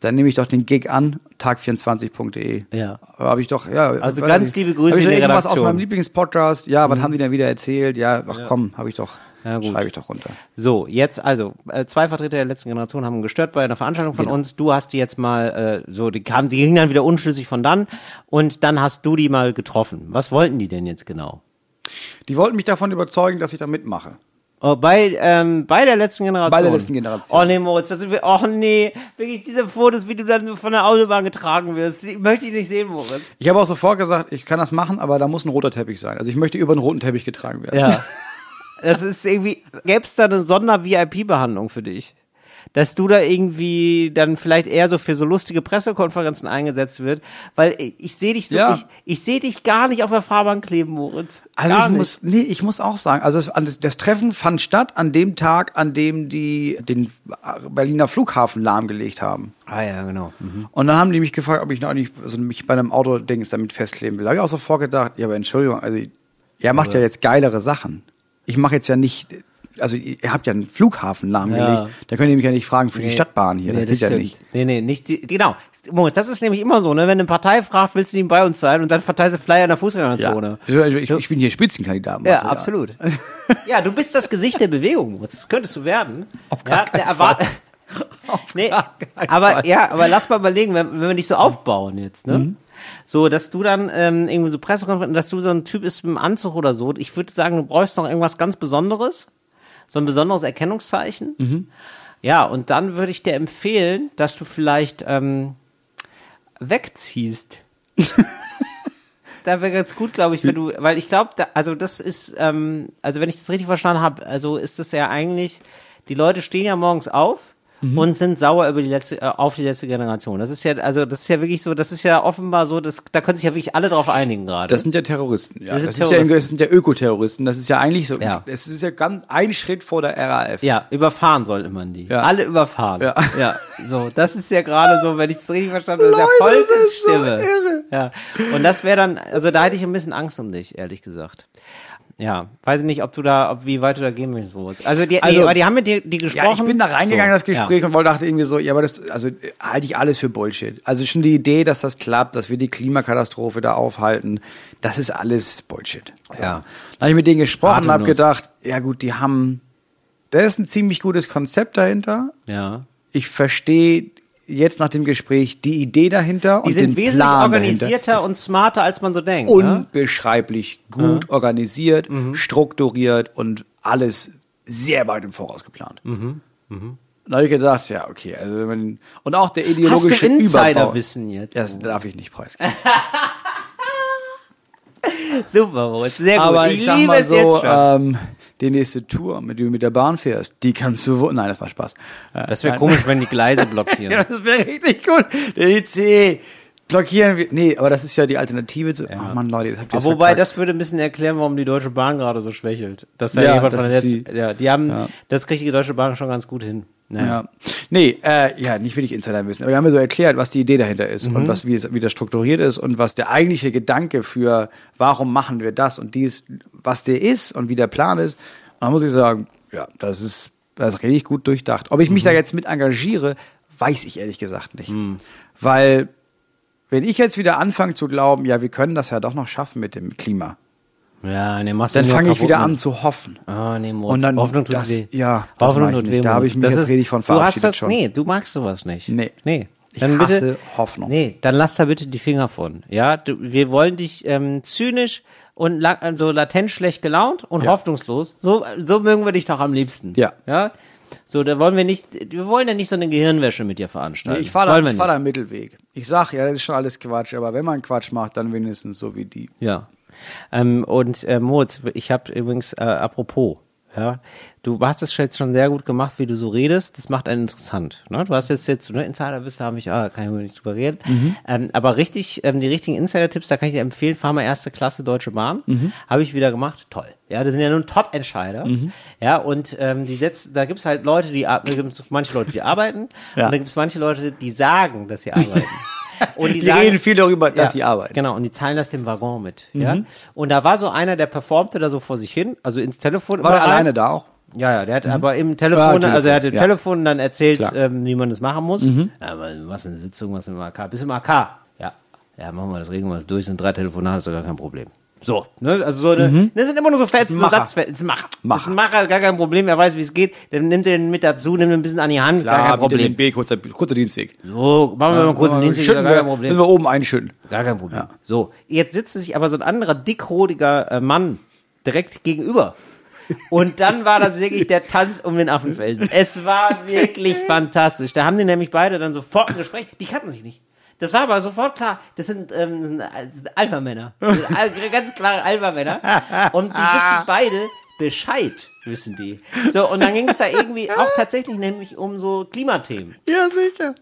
B: Dann nehme ich doch den Gig an, tag24.de.
A: Ja.
B: Habe ich doch, ja.
A: Also
B: weiß
A: ganz
B: ich nicht.
A: liebe Grüße
B: Hab ich
A: in
B: doch
A: die
B: irgendwas aus
A: Redaktion. Mhm.
B: meinem Lieblingspodcast. Ja, was haben die denn wieder erzählt? Ja, ach komm, habe ich doch.
A: Ja, gut.
B: Schreibe ich doch runter.
A: So, jetzt also, äh, zwei Vertreter der letzten Generation haben gestört bei einer Veranstaltung von
B: Genau.
A: uns. Du hast die jetzt mal, äh, so, die kamen, die gingen dann wieder unschlüssig von dann und dann hast du die mal getroffen. Was wollten die denn jetzt genau?
B: Die wollten mich davon überzeugen, dass ich da mitmache.
A: Oh, bei, ähm, bei der letzten Generation.
B: Bei der letzten Generation.
A: Oh nee, Moritz, das sind wir, oh nee, wirklich diese Fotos, wie du dann von der Autobahn getragen wirst, die möchte ich nicht sehen, Moritz.
B: Ich habe auch sofort gesagt, ich kann das machen, aber da muss ein roter Teppich sein. Also ich möchte über einen roten Teppich getragen werden.
A: Ja. Das ist irgendwie, gäbe es da eine Sonder-VIP-Behandlung für dich? Dass du da irgendwie dann vielleicht eher so für so lustige Pressekonferenzen eingesetzt wird, weil ich, ich sehe dich so,
B: Ja.
A: ich, ich sehe dich gar nicht auf der Fahrbahn kleben, Moritz.
B: Also
A: gar
B: ich
A: nicht.
B: muss, nee, ich muss auch sagen, also es- an- das, das Treffen fand statt an dem Tag, an dem die den Berliner Flughafen lahmgelegt haben.
A: Ah ja, genau.
B: Und dann haben die mich gefragt, ob ich noch nicht, also mich bei einem Autodings damit festkleben will. Da habe ich auch sofort gedacht, ja, aber Entschuldigung, also ihr macht ja jetzt geilere Sachen. Ich mache jetzt ja nicht, also ihr habt ja einen Flughafen lahmgelegt.
A: Ja.
B: Da könnt ihr mich ja nicht fragen für die Stadtbahn hier. das geht ja
A: stimmt.
B: nicht.
A: Nee, nee, nicht die, genau. Moritz, das ist nämlich immer so, ne? Wenn eine Partei fragt, willst du nicht bei uns sein und dann verteilt sie Flyer in der Fußgängerzone.
B: Ich, ne? Also, ich, ich bin hier Spitzenkandidat.
A: Ja,
B: Mathe,
A: absolut. ja, du bist das Gesicht der Bewegung, Moritz. Das könntest du werden.
B: Auf
A: ja,
B: gar keinen
A: der Erwart-
B: Fall.
A: Nee,
B: gar keinen
A: aber
B: Fall. Mhm.
A: ja, aber lass mal überlegen, wenn, wenn wir dich so aufbauen jetzt, ne? So, dass du dann ähm, irgendwie so Pressekonferenzen, dass du so ein Typ bist mit einem Anzug oder so. Ich würde sagen, du brauchst noch irgendwas ganz Besonderes, so ein besonderes Erkennungszeichen. Ja, und dann würde ich dir empfehlen, dass du vielleicht ähm, wegziehst. da wäre ganz gut, glaube ich, wenn du, weil ich glaube, da, also das ist, ähm, also wenn ich das richtig verstanden habe, also ist das ja eigentlich, die Leute stehen ja morgens auf und sind sauer über die letzte, äh, auf die letzte Generation. Das ist ja, also das ist ja wirklich so, das ist ja offenbar so, das, da können sich ja wirklich alle drauf einigen gerade.
B: Das sind ja Terroristen. Ja.
A: Das
B: Das,
A: sind
B: ist ja,
A: Terroristen.
B: das sind ja Ökoterroristen. Das ist ja eigentlich so.
A: Ja.
B: Es ist ja ganz ein Schritt vor der RAF.
A: Ja, überfahren sollte man die.
B: Ja.
A: Alle überfahren. Ja.
B: Ja.
A: so, das ist ja gerade so, wenn ich es richtig verstanden habe,
B: Leute,
A: der
B: das ist so
A: Volksstimme.
B: irre.
A: Ja. Und das wäre dann, also da hätte ich ein bisschen Angst um dich, ehrlich gesagt. Ja, weiß ich nicht, ob du da, ob, wie weit du da gehen willst. Moritz. Also, die,
B: Also-
A: nee, aber die haben mit dir die gesprochen.
B: Ja, ich bin da reingegangen in das
A: So, ja.
B: Gespräch und wollte dachte irgendwie so, ja, aber das also äh, halte ich alles für Bullshit. Also schon die Idee, dass das klappt, dass wir die Klimakatastrophe da aufhalten, das ist alles Bullshit.
A: Ja.
B: So. Dann habe ich mit denen gesprochen und habe
A: Atemlos.
B: gedacht, ja gut, die haben da ist ein ziemlich gutes Konzept dahinter.
A: Ja.
B: Ich verstehe jetzt nach dem Gespräch die Idee dahinter
A: Die
B: und
A: sind
B: den
A: wesentlich
B: Plan
A: organisierter
B: dahinter.
A: und smarter, als man so denkt. ne? Mhm.
B: unbeschreiblich gut organisiert, strukturiert und alles sehr weit im Voraus geplant.
A: Mhm.
B: Und da habe ich gedacht, ja, okay, also wenn man, und auch der ideologische
A: Hast du Insiderwissen
B: Überbau-
A: jetzt?
B: Das darf ich nicht preisgeben.
A: Super, Moritz. Sehr gut.
B: Aber ich, sag mal so,
A: jetzt schon.
B: ähm, die nächste Tour, mit der du mit der Bahn fährst, die kannst du, wo- nein, das war Spaß. Äh,
A: das wäre
B: nein.
A: komisch, wenn die Gleise blockieren.
B: Ja, das wäre richtig gut. Der IC blockieren wir, nee, aber das ist ja die Alternative zu, ach man, Leute, jetzt habt ihr
A: Aber Ah, wobei,
B: verkackt.
A: das würde ein bisschen erklären, warum die Deutsche Bahn gerade so schwächelt. Dass da
B: Ja,
A: jemand
B: das
A: von der
B: ist
A: letzten,
B: die-
A: ja, die haben,
B: Ja.
A: das kriegt die Deutsche Bahn schon ganz gut hin. Naja.
B: Ja. Nee, äh, ja, nicht wirklich Insider wissen. Aber wir haben ja so erklärt, was die Idee dahinter ist und was, wie, es, wie das strukturiert ist und was der eigentliche Gedanke für, warum machen wir das und dies, was der ist und wie der Plan ist. Und da muss ich sagen, ja, das ist, das ist richtig gut durchdacht. Ob ich mich da jetzt mit engagiere, weiß ich ehrlich gesagt nicht. Weil, wenn ich jetzt wieder anfange zu glauben, ja, wir können das ja doch noch schaffen mit dem Klima,
A: Ja, nee, machst du
B: dann
A: nur
B: fange ich
A: kaputt ne?
B: wieder
A: mit.
B: an zu hoffen.
A: Ah, nee, Moritz.
B: Und dann
A: Hoffnung tut
B: das-
A: weh.
B: ja, das
A: Hoffnung
B: mach ich
A: tut
B: nicht.
A: weh.
B: Da habe
A: Moritz.
B: ich mich
A: Das
B: jetzt
A: ist-
B: richtig von
A: Du hast
B: verabschiedet
A: das,
B: schon.
A: nee, du magst sowas nicht.
B: Nee.
A: Nee.
B: Ich
A: Dann bitte,
B: hasse Hoffnung.
A: Nee, dann lass da bitte die Finger von. Ja, du, wir wollen dich ähm, zynisch und la also latent schlecht gelaunt und
B: Ja.
A: hoffnungslos. So, so mögen wir dich doch am liebsten.
B: Ja.
A: Ja. So, da wollen wir nicht, wir wollen ja nicht so eine Gehirnwäsche mit dir veranstalten.
B: ich fahre
A: Wollen
B: da,
A: wir
B: ich fahr
A: nicht.
B: da einen Mittelweg. Ich sag, ja, das ist schon alles Quatsch, aber wenn man Quatsch macht, dann wenigstens so wie die.
A: Ja. Ähm, und äh, Moritz, ich habe übrigens, äh, apropos, ja, du hast es jetzt schon sehr gut gemacht, wie du so redest. Das macht einen interessant. Ne? Du hast jetzt jetzt, ne, Insider bist, da habe ich, ah, kann ich wohl nicht drüber reden.
B: Mhm.
A: Ähm, aber richtig, ähm, die richtigen Insider-Tipps, da kann ich dir empfehlen, fahr mal erste Klasse Deutsche Bahn.
B: Mhm.
A: Habe ich wieder gemacht. Toll. Ja, das sind ja nun Top-Entscheider. Ja, und ähm, die setzen, da gibt's halt Leute, die ar- da gibt's manche Leute, die arbeiten,
B: Ja.
A: und da gibt's manche Leute, die sagen, dass sie arbeiten. Und
B: Die reden viel darüber, dass sie arbeiten. Mhm.
A: Genau, und die zahlen das dem Waggon mit. Ja? Und da war so einer, der performte da so vor sich hin, also ins Telefon.
B: War
A: immer
B: er
A: rein.
B: alleine da auch?
A: Ja, ja, der hat aber im Telefon,
B: Ja, Telefon,
A: also er hat im
B: ja.
A: Telefon dann erzählt,
B: Klar. Mhm.
A: ähm, wie man das machen muss. Aber was eine Sitzung, was im AK? Bis im AK. Ja, ja, machen wir das, regeln wir das durch, sind drei Telefonate, ist doch gar kein Problem. So, ne, also so eine,
B: Mhm.
A: das sind immer nur so Fetzen, so
B: Macher.
A: Satzfetzen, ist ein Macher.
B: Macher.
A: Ist ein Macher, gar kein Problem, er weiß, wie es geht, dann nimmt er den mit dazu, nimmt ihn ein bisschen an die Hand, gar kein
B: wieder den
A: Problem.
B: B, kurzer, kurzer Dienstweg.
A: So, machen wir mal kurz einen Dienst,
B: Schütten
A: gar kein
B: wir-
A: Problem.
B: Müssen wir oben einschütten.
A: Gar kein Problem. So, jetzt sitzt sich aber so ein anderer dickrodiger äh, Mann direkt gegenüber. Und dann war das wirklich der Tanz um den Affenfelsen. Es war wirklich fantastisch. Da haben die nämlich beide dann sofort ein Gespräch. Die kannten sich nicht. Das war aber sofort klar. Das sind, ähm, das sind Alpha-Männer. Das sind al- Ganz klare Alpha-Männer. Und die wissen beide Bescheid, wissen die. So, und dann ging es da irgendwie auch tatsächlich nämlich um so Klimathemen.
B: Ja, sicher.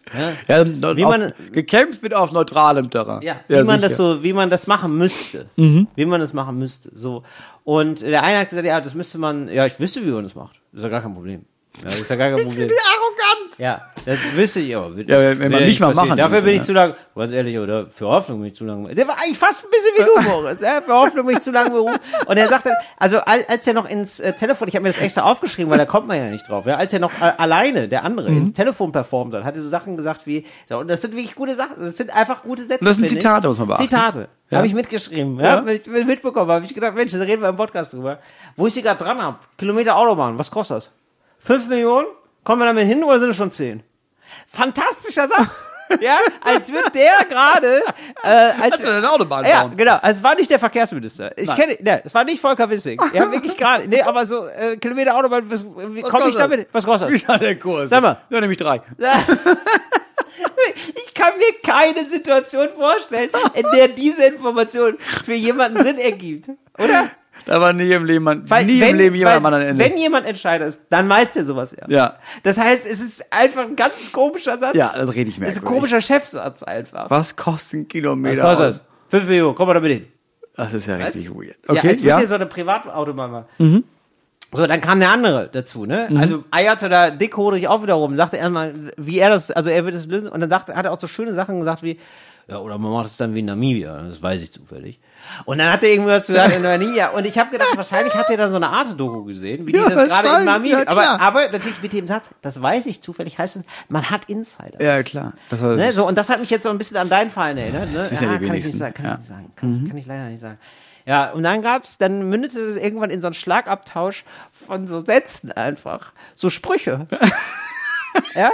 B: Ja, und
A: Wie
B: auf,
A: man-
B: gekämpft wird auf neutralem Terrain.
A: Ja, wie man das so, wie man das machen müsste.
B: Mhm.
A: Wie man das machen müsste. So. Und der eine hat gesagt, ja, das müsste man, ja, ich wüsste, wie man das macht. Ist ja gar kein Problem. Ja, ist ja gar kein Problem.
B: Arroganz!
A: Ja, das wüsste ich aber.
B: Ja, wenn- wenn man
A: Will
B: nicht mal
A: passieren.
B: machen
A: Dafür
B: muss,
A: bin ich
B: ja.
A: zu lang, was ehrlich, oder für Hoffnung bin ich zu lang. Der war eigentlich fast ein bisschen wie du, Moritz. Ja, für Hoffnung bin ich zu lang berufen. Und er sagte, also al- als er noch ins äh, Telefon, ich habe mir das extra aufgeschrieben, weil da kommt man ja nicht drauf. Ja, als er noch äh, alleine, der andere,
B: Mhm.
A: ins Telefon performt hat, hat er so Sachen gesagt wie, ja, und das sind wirklich gute Sachen, das sind einfach gute Sätze.
B: Und das sind
A: finde ich.
B: Zitate, muss man beachten.
A: Zitate.
B: Ja.
A: Habe ich mitgeschrieben, ja,
B: Ja.
A: wenn ich mitbekommen habe. Ich gedacht, Mensch, da reden wir im Podcast drüber. Wo ich sie gerade dran habe, Kilometer Autobahn, was kostet das? Fünf Millionen? Kommen wir damit hin oder sind es schon zehn? Fantastischer Satz! ja, als wird der gerade, äh, als,
B: Als wir eine Autobahn
A: ja,
B: bauen.
A: genau. Also es war nicht der Verkehrsminister. Ich
B: Nein.
A: kenne, ne, es war nicht Volker Wissing. Ja, wirklich gerade. Nee, aber so, äh, Kilometer Autobahn, was, wie komme ich
B: kostet das?
A: damit? Was kostet das?
B: Ja, der Kurs.
A: Sag mal.
B: Ja, nämlich drei.
A: Ich kann mir keine Situation vorstellen, in der diese Information für jemanden Sinn ergibt. Oder?
B: Da war nie im Leben, man,
A: Weil
B: nie
A: wenn,
B: im Leben jemand am
A: weil,
B: anderen Ende.
A: Wenn jemand Entscheider ist, dann weiß der sowas ja.
B: Ja.
A: Das heißt, es ist einfach ein ganz komischer Satz.
B: Ja, das rede ich
A: Das ist ein
B: merkwürdig.
A: komischer Chefsatz einfach.
B: Was kostet ein Kilometer?
A: Was kostet das? 5 Millionen, komm mal damit hin.
B: Das ist ja
A: Was?
B: richtig weird.
A: ja,
B: Okay,
A: als
B: ja.
A: würde ja. so eine Privatautobahn machen. So, dann kam der andere dazu, ne? Also eierte da dickhodig auch wieder rum, sagte erstmal, wie er das, also er wird das lösen. Und dann sagte, hat er auch so schöne Sachen gesagt wie, ja, oder man macht es dann wie in Namibia, das weiß ich zufällig. Und dann hat er irgendwas gesagt in Namibia. Und ich habe gedacht, wahrscheinlich hat er dann so eine Art Doku gesehen, wie
B: Ja,
A: die das gerade in
B: wahrscheinlich,
A: Namibia.
B: ja,
A: aber,
B: klar.
A: aber natürlich mit dem Satz, das weiß ich zufällig, heißt, man hat Insider.
B: Ja, klar. Das war
A: Ne, so, und das hat mich jetzt so ein bisschen an deinen Fallen erinnert. Ne?
B: wissen
A: kann
B: ja die
A: ich nicht
B: wenigsten,
A: sagen, kann
B: ja. Mhm.
A: ich nicht sagen. Kann, kann ich leider nicht sagen. Ja, und dann gab's, dann mündete das irgendwann in so einen Schlagabtausch von so Sätzen einfach. So Sprüche. ja?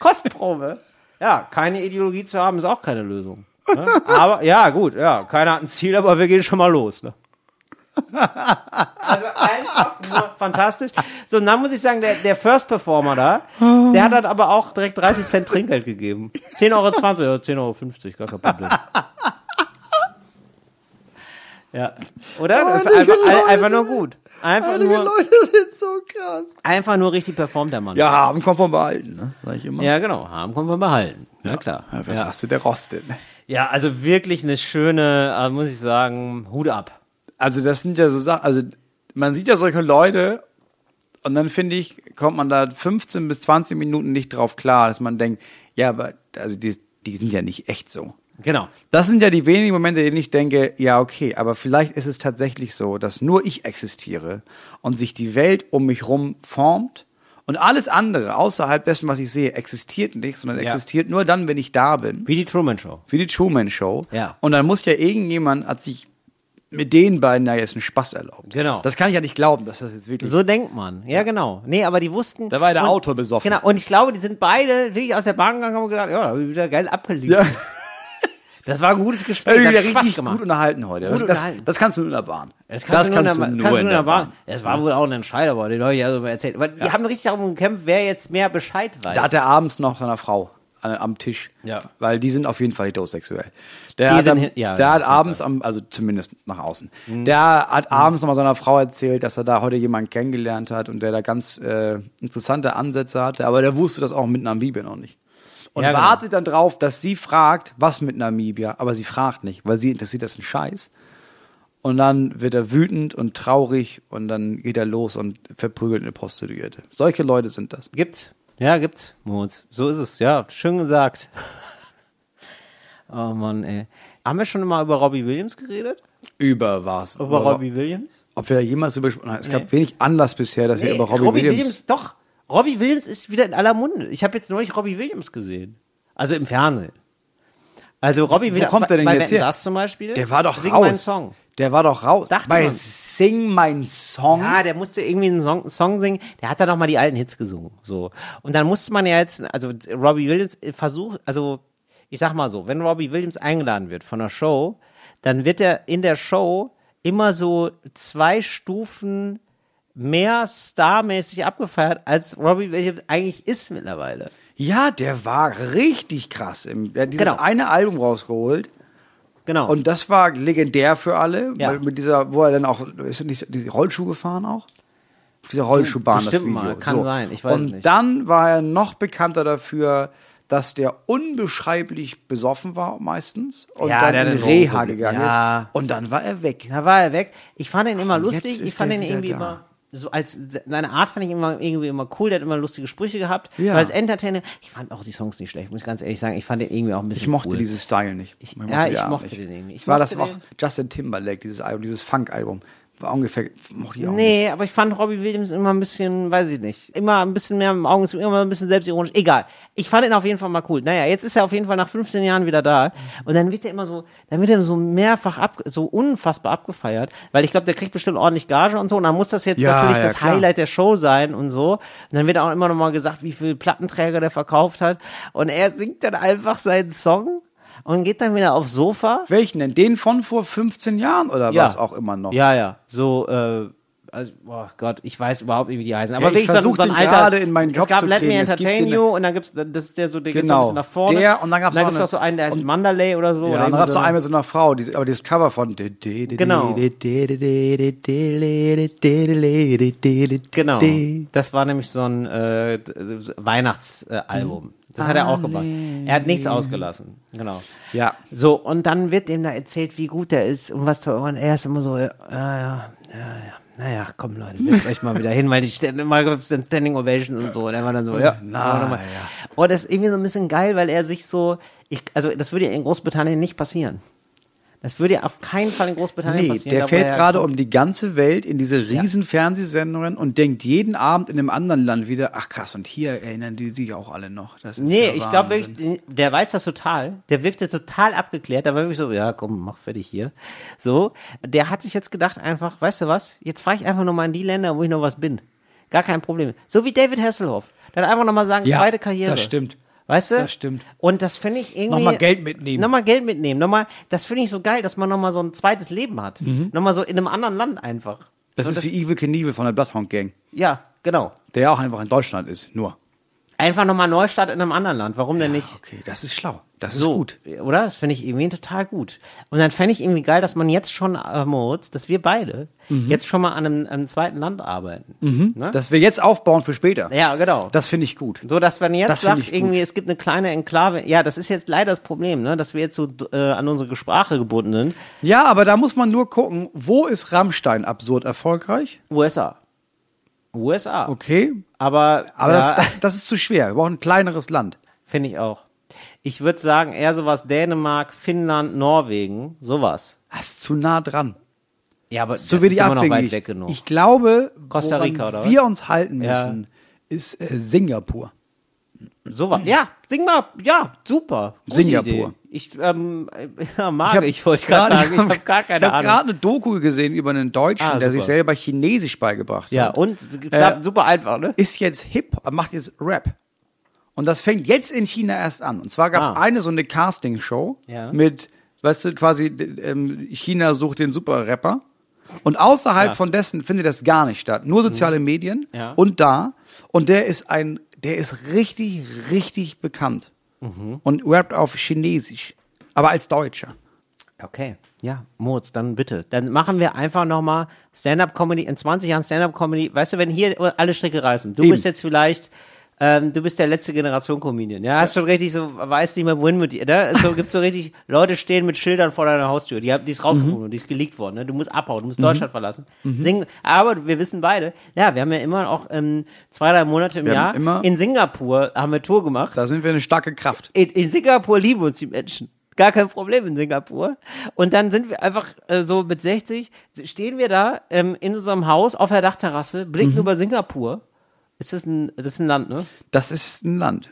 A: Kostprobe. Ja, keine Ideologie zu haben, ist auch keine Lösung. Ne? Aber, ja, gut, ja, keiner hat ein Ziel, aber wir gehen schon mal los, ne? Also einfach nur fantastisch. So, und dann muss ich sagen, der, der First Performer da, der hat dann aber auch direkt 30 Cent Trinkgeld gegeben. 10,20 Euro oder 10,50 Euro, gar kein Problem. Ja, oder? Das ist
B: Einige
A: einfach,
B: Leute.
A: einfach nur gut. Einfach nur,
B: Leute sind so krass.
A: einfach nur richtig performt der Mann.
B: Ja, haben konform behalten, ne? Sag ich immer.
A: Ja, genau. Haben können wir behalten. Ja, klar.
B: Ja, was
A: Ja.
B: hast du der rostet? ne?
A: ja, also wirklich eine schöne, äh, muss ich sagen, Hut ab.
B: Also das sind ja so Sachen, also man sieht ja solche Leute und dann finde ich, kommt man da 15 bis 20 Minuten nicht drauf klar, dass man denkt, ja, aber also die, die sind ja nicht echt so.
A: Genau.
B: Das sind ja die wenigen Momente, in denen ich denke, ja, okay, aber vielleicht ist es tatsächlich so, dass nur ich existiere und sich die Welt um mich rum formt und alles andere außerhalb dessen, was ich sehe, existiert nicht, sondern
A: Ja.
B: existiert nur dann, wenn ich da bin
A: Wie die Truman Show.
B: wie die Truman Show.
A: Ja.
B: Und dann muss ja irgendjemand hat sich mit den beiden da jetzt einen Spaß erlaubt.
A: Genau.
B: Das kann ich ja nicht glauben, dass das jetzt wirklich.
A: So denkt man. Ja, genau. Nee, aber die wussten.
B: Da war der
A: und-
B: Autor besoffen.
A: Genau. Und ich glaube, die sind beide wirklich aus der Bahn gegangen und haben gedacht, ja, da hab ich wieder geil abgeliefert.
B: ja,
A: Das war ein gutes
B: das
A: Gespräch.
B: wieder
A: Das hat
B: richtig
A: Spaß gemacht.
B: gut unterhalten heute. das,
A: Gut
B: das,
A: unterhalten.
B: das kannst du nur in der Bahn.
A: Das kannst du nur in der, kannst du nur in der Bahn. Das war wohl auch ein Entscheider, aber den habe ich ja so mal erzählt. Aber die haben richtig darum gekämpft, wer jetzt mehr Bescheid weiß.
B: Da hat er abends noch seiner Frau an, am Tisch.
A: Ja.
B: Weil die sind auf jeden Fall heterosexuell. Der
A: Die
B: hat,
A: sind
B: am,
A: he- ja,
B: der
A: ja,
B: hat
A: auf jeden Mhm.
B: abends, am, also zumindest nach außen, der hat abends nochmal seiner Frau erzählt, dass er da heute jemanden kennengelernt hat und der da ganz äh, interessante Ansätze hatte, aber der wusste das auch mit Namibia noch nicht. Und
A: Ja, genau.
B: wartet dann drauf, dass sie fragt, was mit Namibia, aber sie fragt nicht, weil sie interessiert das einen Scheiß. Und dann wird er wütend und traurig und dann geht er los und verprügelt eine Prostituierte. Solche Leute sind das.
A: Gibt's. Ja, gibt's, Moritz. So ist es, ja. Schön gesagt. Oh Mann, ey. Haben wir schon mal über Robbie Williams geredet?
B: Über was?
A: Über Robbie Williams?
B: Ob wir da jemals über gesprochen haben. Es gab
A: Nee.
B: wenig Anlass bisher, dass wir
A: Nee,
B: über Robbie, Williams.
A: Doch, Robbie Williams ist wieder in aller Munde. Ich habe jetzt neulich Robbie Williams gesehen. Also im Fernsehen. Also Robbie Williams.
B: kommt er denn
A: bei
B: jetzt
A: Wetten,
B: her?
A: Das zum Beispiel.
B: Der war doch
A: Sing
B: raus.
A: Mein Song.
B: Der war doch raus.
A: Dachte
B: Bei
A: man.
B: Sing mein Song.
A: Ja, der musste irgendwie einen Song, Song singen. Der hat dann nochmal die alten Hits gesungen. So. Und dann musste man ja jetzt, also Robbie Williams äh, versucht, also ich sag mal so, wenn Robbie Williams eingeladen wird von einer Show, dann wird er in der Show immer so zwei Stufen mehr starmäßig abgefeiert, als Robbie Williams eigentlich ist mittlerweile.
B: Ja, der war richtig krass. Im, der hat dieses
A: Genau.
B: eine Album rausgeholt.
A: Genau.
B: Und das war legendär für alle.
A: Ja.
B: Weil mit dieser, wo er dann auch, ist er nicht diese Rollschuh gefahren auch? Auf dieser Rollschuhbahn das
A: bestimmt
B: Video.
A: mal, kann sein, ich weiß
B: Und
A: nicht.
B: dann war er noch bekannter dafür, dass der unbeschreiblich besoffen war meistens und
A: Ja, der
B: dann
A: hat
B: in
A: ein
B: Reha
A: Drogenproblem.
B: gegangen
A: Ja.
B: ist. Und dann war er weg.
A: Da war er weg. Ich fand ihn immer
B: Und jetzt
A: lustig. Ich
B: ist
A: fand
B: er
A: ihn
B: wieder
A: irgendwie
B: da.
A: immer so als seine Art fand ich immer irgendwie immer cool. Der hat immer lustige Sprüche gehabt.
B: Ja.
A: So als Entertainer. Ich fand auch die Songs nicht schlecht. Muss ich ganz ehrlich sagen. Ich fand den irgendwie auch ein bisschen
B: Ich mochte
A: cool.
B: diesen Style nicht.
A: Ich-
B: mochte
A: ja,
B: die
A: ich
B: Art
A: mochte den irgendwie. Ich
B: war
A: mochte
B: das auch
A: den-
B: Justin Timberlake, dieses Album, dieses Funk-Album. War ungefähr, mochte ich auch nicht.
A: Nee, aber ich fand Robbie Williams immer ein bisschen, weiß ich nicht, immer ein bisschen mehr im Augen, immer ein bisschen selbstironisch. Egal. Ich fand ihn auf jeden Fall mal cool. Naja, jetzt ist er auf jeden Fall nach 15 Jahren wieder da.
B: Mhm.
A: Und dann wird er immer so, dann wird er so mehrfach ab, so unfassbar abgefeiert. Weil ich glaube, der kriegt bestimmt ordentlich Gage und so. Und dann muss das jetzt
B: Ja,
A: natürlich
B: ja,
A: das
B: klar.
A: Highlight der Show sein und so. Und dann wird auch immer nochmal gesagt, wie viel Plattenträger der verkauft hat. Und er singt dann einfach seinen Song und geht dann wieder aufs Sofa.
B: Welchen denn? Den von vor 15 Jahren oder was auch immer noch?
A: Ja, ja. So, äh, also, boah Gott, ich weiß überhaupt nicht, wie die heißen. Aber
B: Ja, ich
A: wirklich so, ein-
B: versuch
A: so ein
B: den
A: alter,
B: gerade in meinen Job
A: Es gab
B: zu
A: Let Me
B: kriegen. Es gibt
A: Entertain
B: den-
A: You und dann gibt's, das ist der so, der geht so ein
B: Genau.
A: bisschen nach vorne.
B: Der und dann gab's
A: dann
B: auch
A: gibt's
B: eine-
A: noch so einen, der heißt
B: und-
A: Mandalay oder so.
B: Ja,
A: oder
B: dann gab
A: irgendwie
B: es
A: so
B: noch einmal so eine Frau, die, aber dieses Cover von.
A: Genau.
B: Genau.
A: Genau. Das war nämlich so ein äh, Weihnachtsalbum. Das hat er auch gemacht. Er hat nichts ausgelassen. Genau.
B: Ja.
A: So, und dann wird dem da erzählt, wie gut er ist und was da und er ist immer so, äh, ja, ja, ja, naja, komm Leute, setzt euch mal wieder hin, weil die stellen immer gibt's dann Standing Ovation und so. Und er war dann so, ja,
B: na,
A: nochmal.
B: ja.
A: Und Oh, das ist irgendwie so ein bisschen geil, weil er sich so, ich, also das würde ja in Großbritannien nicht passieren. Das würde ja auf keinen Fall in Großbritannien
B: Nee,
A: passieren.
B: der
A: da, wo
B: fährt
A: er
B: gerade um die ganze Welt in diese riesen Fernsehsendungen und denkt jeden Abend in einem anderen Land wieder, ach krass, und hier erinnern die sich auch alle noch. Das ist
A: Nee,
B: ja
A: ich glaube
B: Wahnsinn.
A: wirklich, der weiß das total. Der wirkte total abgeklärt. Da war wirklich so, ja, komm, mach fertig hier. So, der hat sich jetzt gedacht einfach, weißt du was, jetzt fahre ich einfach nochmal in die Länder, wo ich noch was bin. Gar kein Problem. So wie David Hasselhoff. Dann einfach nochmal sagen,
B: Ja,
A: zweite Karriere.
B: das stimmt.
A: Weißt du?
B: Das stimmt.
A: Und das finde ich irgendwie.
B: Nochmal Geld mitnehmen.
A: Nochmal Geld mitnehmen. Nochmal, das finde ich so geil, dass man nochmal so ein zweites Leben hat.
B: Mhm.
A: Nochmal so in einem anderen Land einfach.
B: Das
A: So,
B: ist wie Evil Knievel von der Bloodhound Gang,
A: ja, genau.
B: der ja auch einfach in Deutschland ist, nur.
A: Einfach nochmal Neustart in einem anderen Land. Warum denn nicht?
B: Okay, das ist schlau. Das
A: so,
B: ist gut.
A: Oder? Das finde ich irgendwie total gut. Und dann fände ich irgendwie geil, dass man jetzt schon, äh, Moritz, dass wir beide jetzt schon mal an einem, einem zweiten Land arbeiten. Ne?
B: Dass wir jetzt aufbauen für später.
A: ja, genau.
B: Das finde ich gut.
A: so, dass man jetzt
B: das finde
A: sagt,
B: ich
A: irgendwie,
B: gut.
A: es gibt eine kleine Enklave. Ja, das ist jetzt leider das Problem, ne? dass wir jetzt so äh, an unsere Sprache gebunden sind.
B: Ja, aber da muss man nur gucken, wo ist Rammstein absurd erfolgreich?
A: USA. USA.
B: Okay.
A: Aber,
B: Aber
A: ja,
B: das, das, das ist zu schwer. Wir brauchen ein kleineres Land.
A: finde ich auch. Ich würde sagen, eher sowas Dänemark, Finnland, Norwegen, sowas.
B: Das ist zu nah dran.
A: Ja, aber das
B: Zu
A: ist
B: wenig
A: immer noch weit
B: abhängig.
A: weg genug.
B: Ich glaube,
A: Costa
B: woran
A: Rica, oder was?
B: wir uns halten
A: Ja.
B: müssen, ist äh, Singapur.
A: Sowas. Ja, sing mal. Ja, super. Gute
B: Mhm. Singapur.
A: Idee. Ich ähm, ja, mag ich, wollte gerade sagen, ich habe gar keine
B: ich hab
A: Ahnung.
B: gerade eine Doku gesehen über einen Deutschen,
A: Ah,
B: der
A: super.
B: sich selber Chinesisch beigebracht
A: Ja,
B: hat. Äh,
A: und klappt super einfach, ne?
B: Ist jetzt hip, macht jetzt Rap. Und das fängt jetzt in China erst an. Und zwar gab es
A: Ah.
B: eine so eine Castingshow
A: Ja.
B: mit, weißt du, quasi d- ähm, China sucht den Super-Rapper. Und außerhalb
A: Ja. Mhm.
B: von dessen findet das gar nicht statt. Nur soziale Medien
A: Ja.
B: und da. Und der ist ein, der ist richtig, richtig bekannt.
A: Mhm.
B: Und rappt auf Chinesisch. Aber als Deutscher.
A: Okay. Ja, Moritz, dann bitte. Dann machen wir einfach nochmal Stand-up-Comedy, in 20 Jahren Stand-up-Comedy. Weißt du, wenn hier alle Stricke reißen, du
B: Eben.
A: bist jetzt vielleicht, ähm, du bist der letzte Generation Comedian. Ja, hast schon richtig so, weiß nicht mehr, wohin mit dir, ne? So gibt's so richtig, Leute stehen mit Schildern vor deiner Haustür. Die, hab- die ist
B: Mhm.
A: rausgefunden, die ist geleakt worden, ne? Du musst abhauen, du musst Deutschland verlassen. Sing, aber wir wissen beide, ja, wir haben ja immer auch ähm, zwei, drei Monate im
B: Wir haben
A: Jahr
B: immer-
A: in Singapur haben wir Tour gemacht.
B: Da sind wir eine starke Kraft.
A: In, in Singapur lieben uns die Menschen. Gar kein Problem in Singapur. Und dann sind wir einfach äh, so mit 60, stehen wir da ähm, in unserem Haus auf der Dachterrasse,
B: Mhm.
A: blicken über Singapur. Ist das ein, das ist ein Land, ne?
B: Das ist ein Land.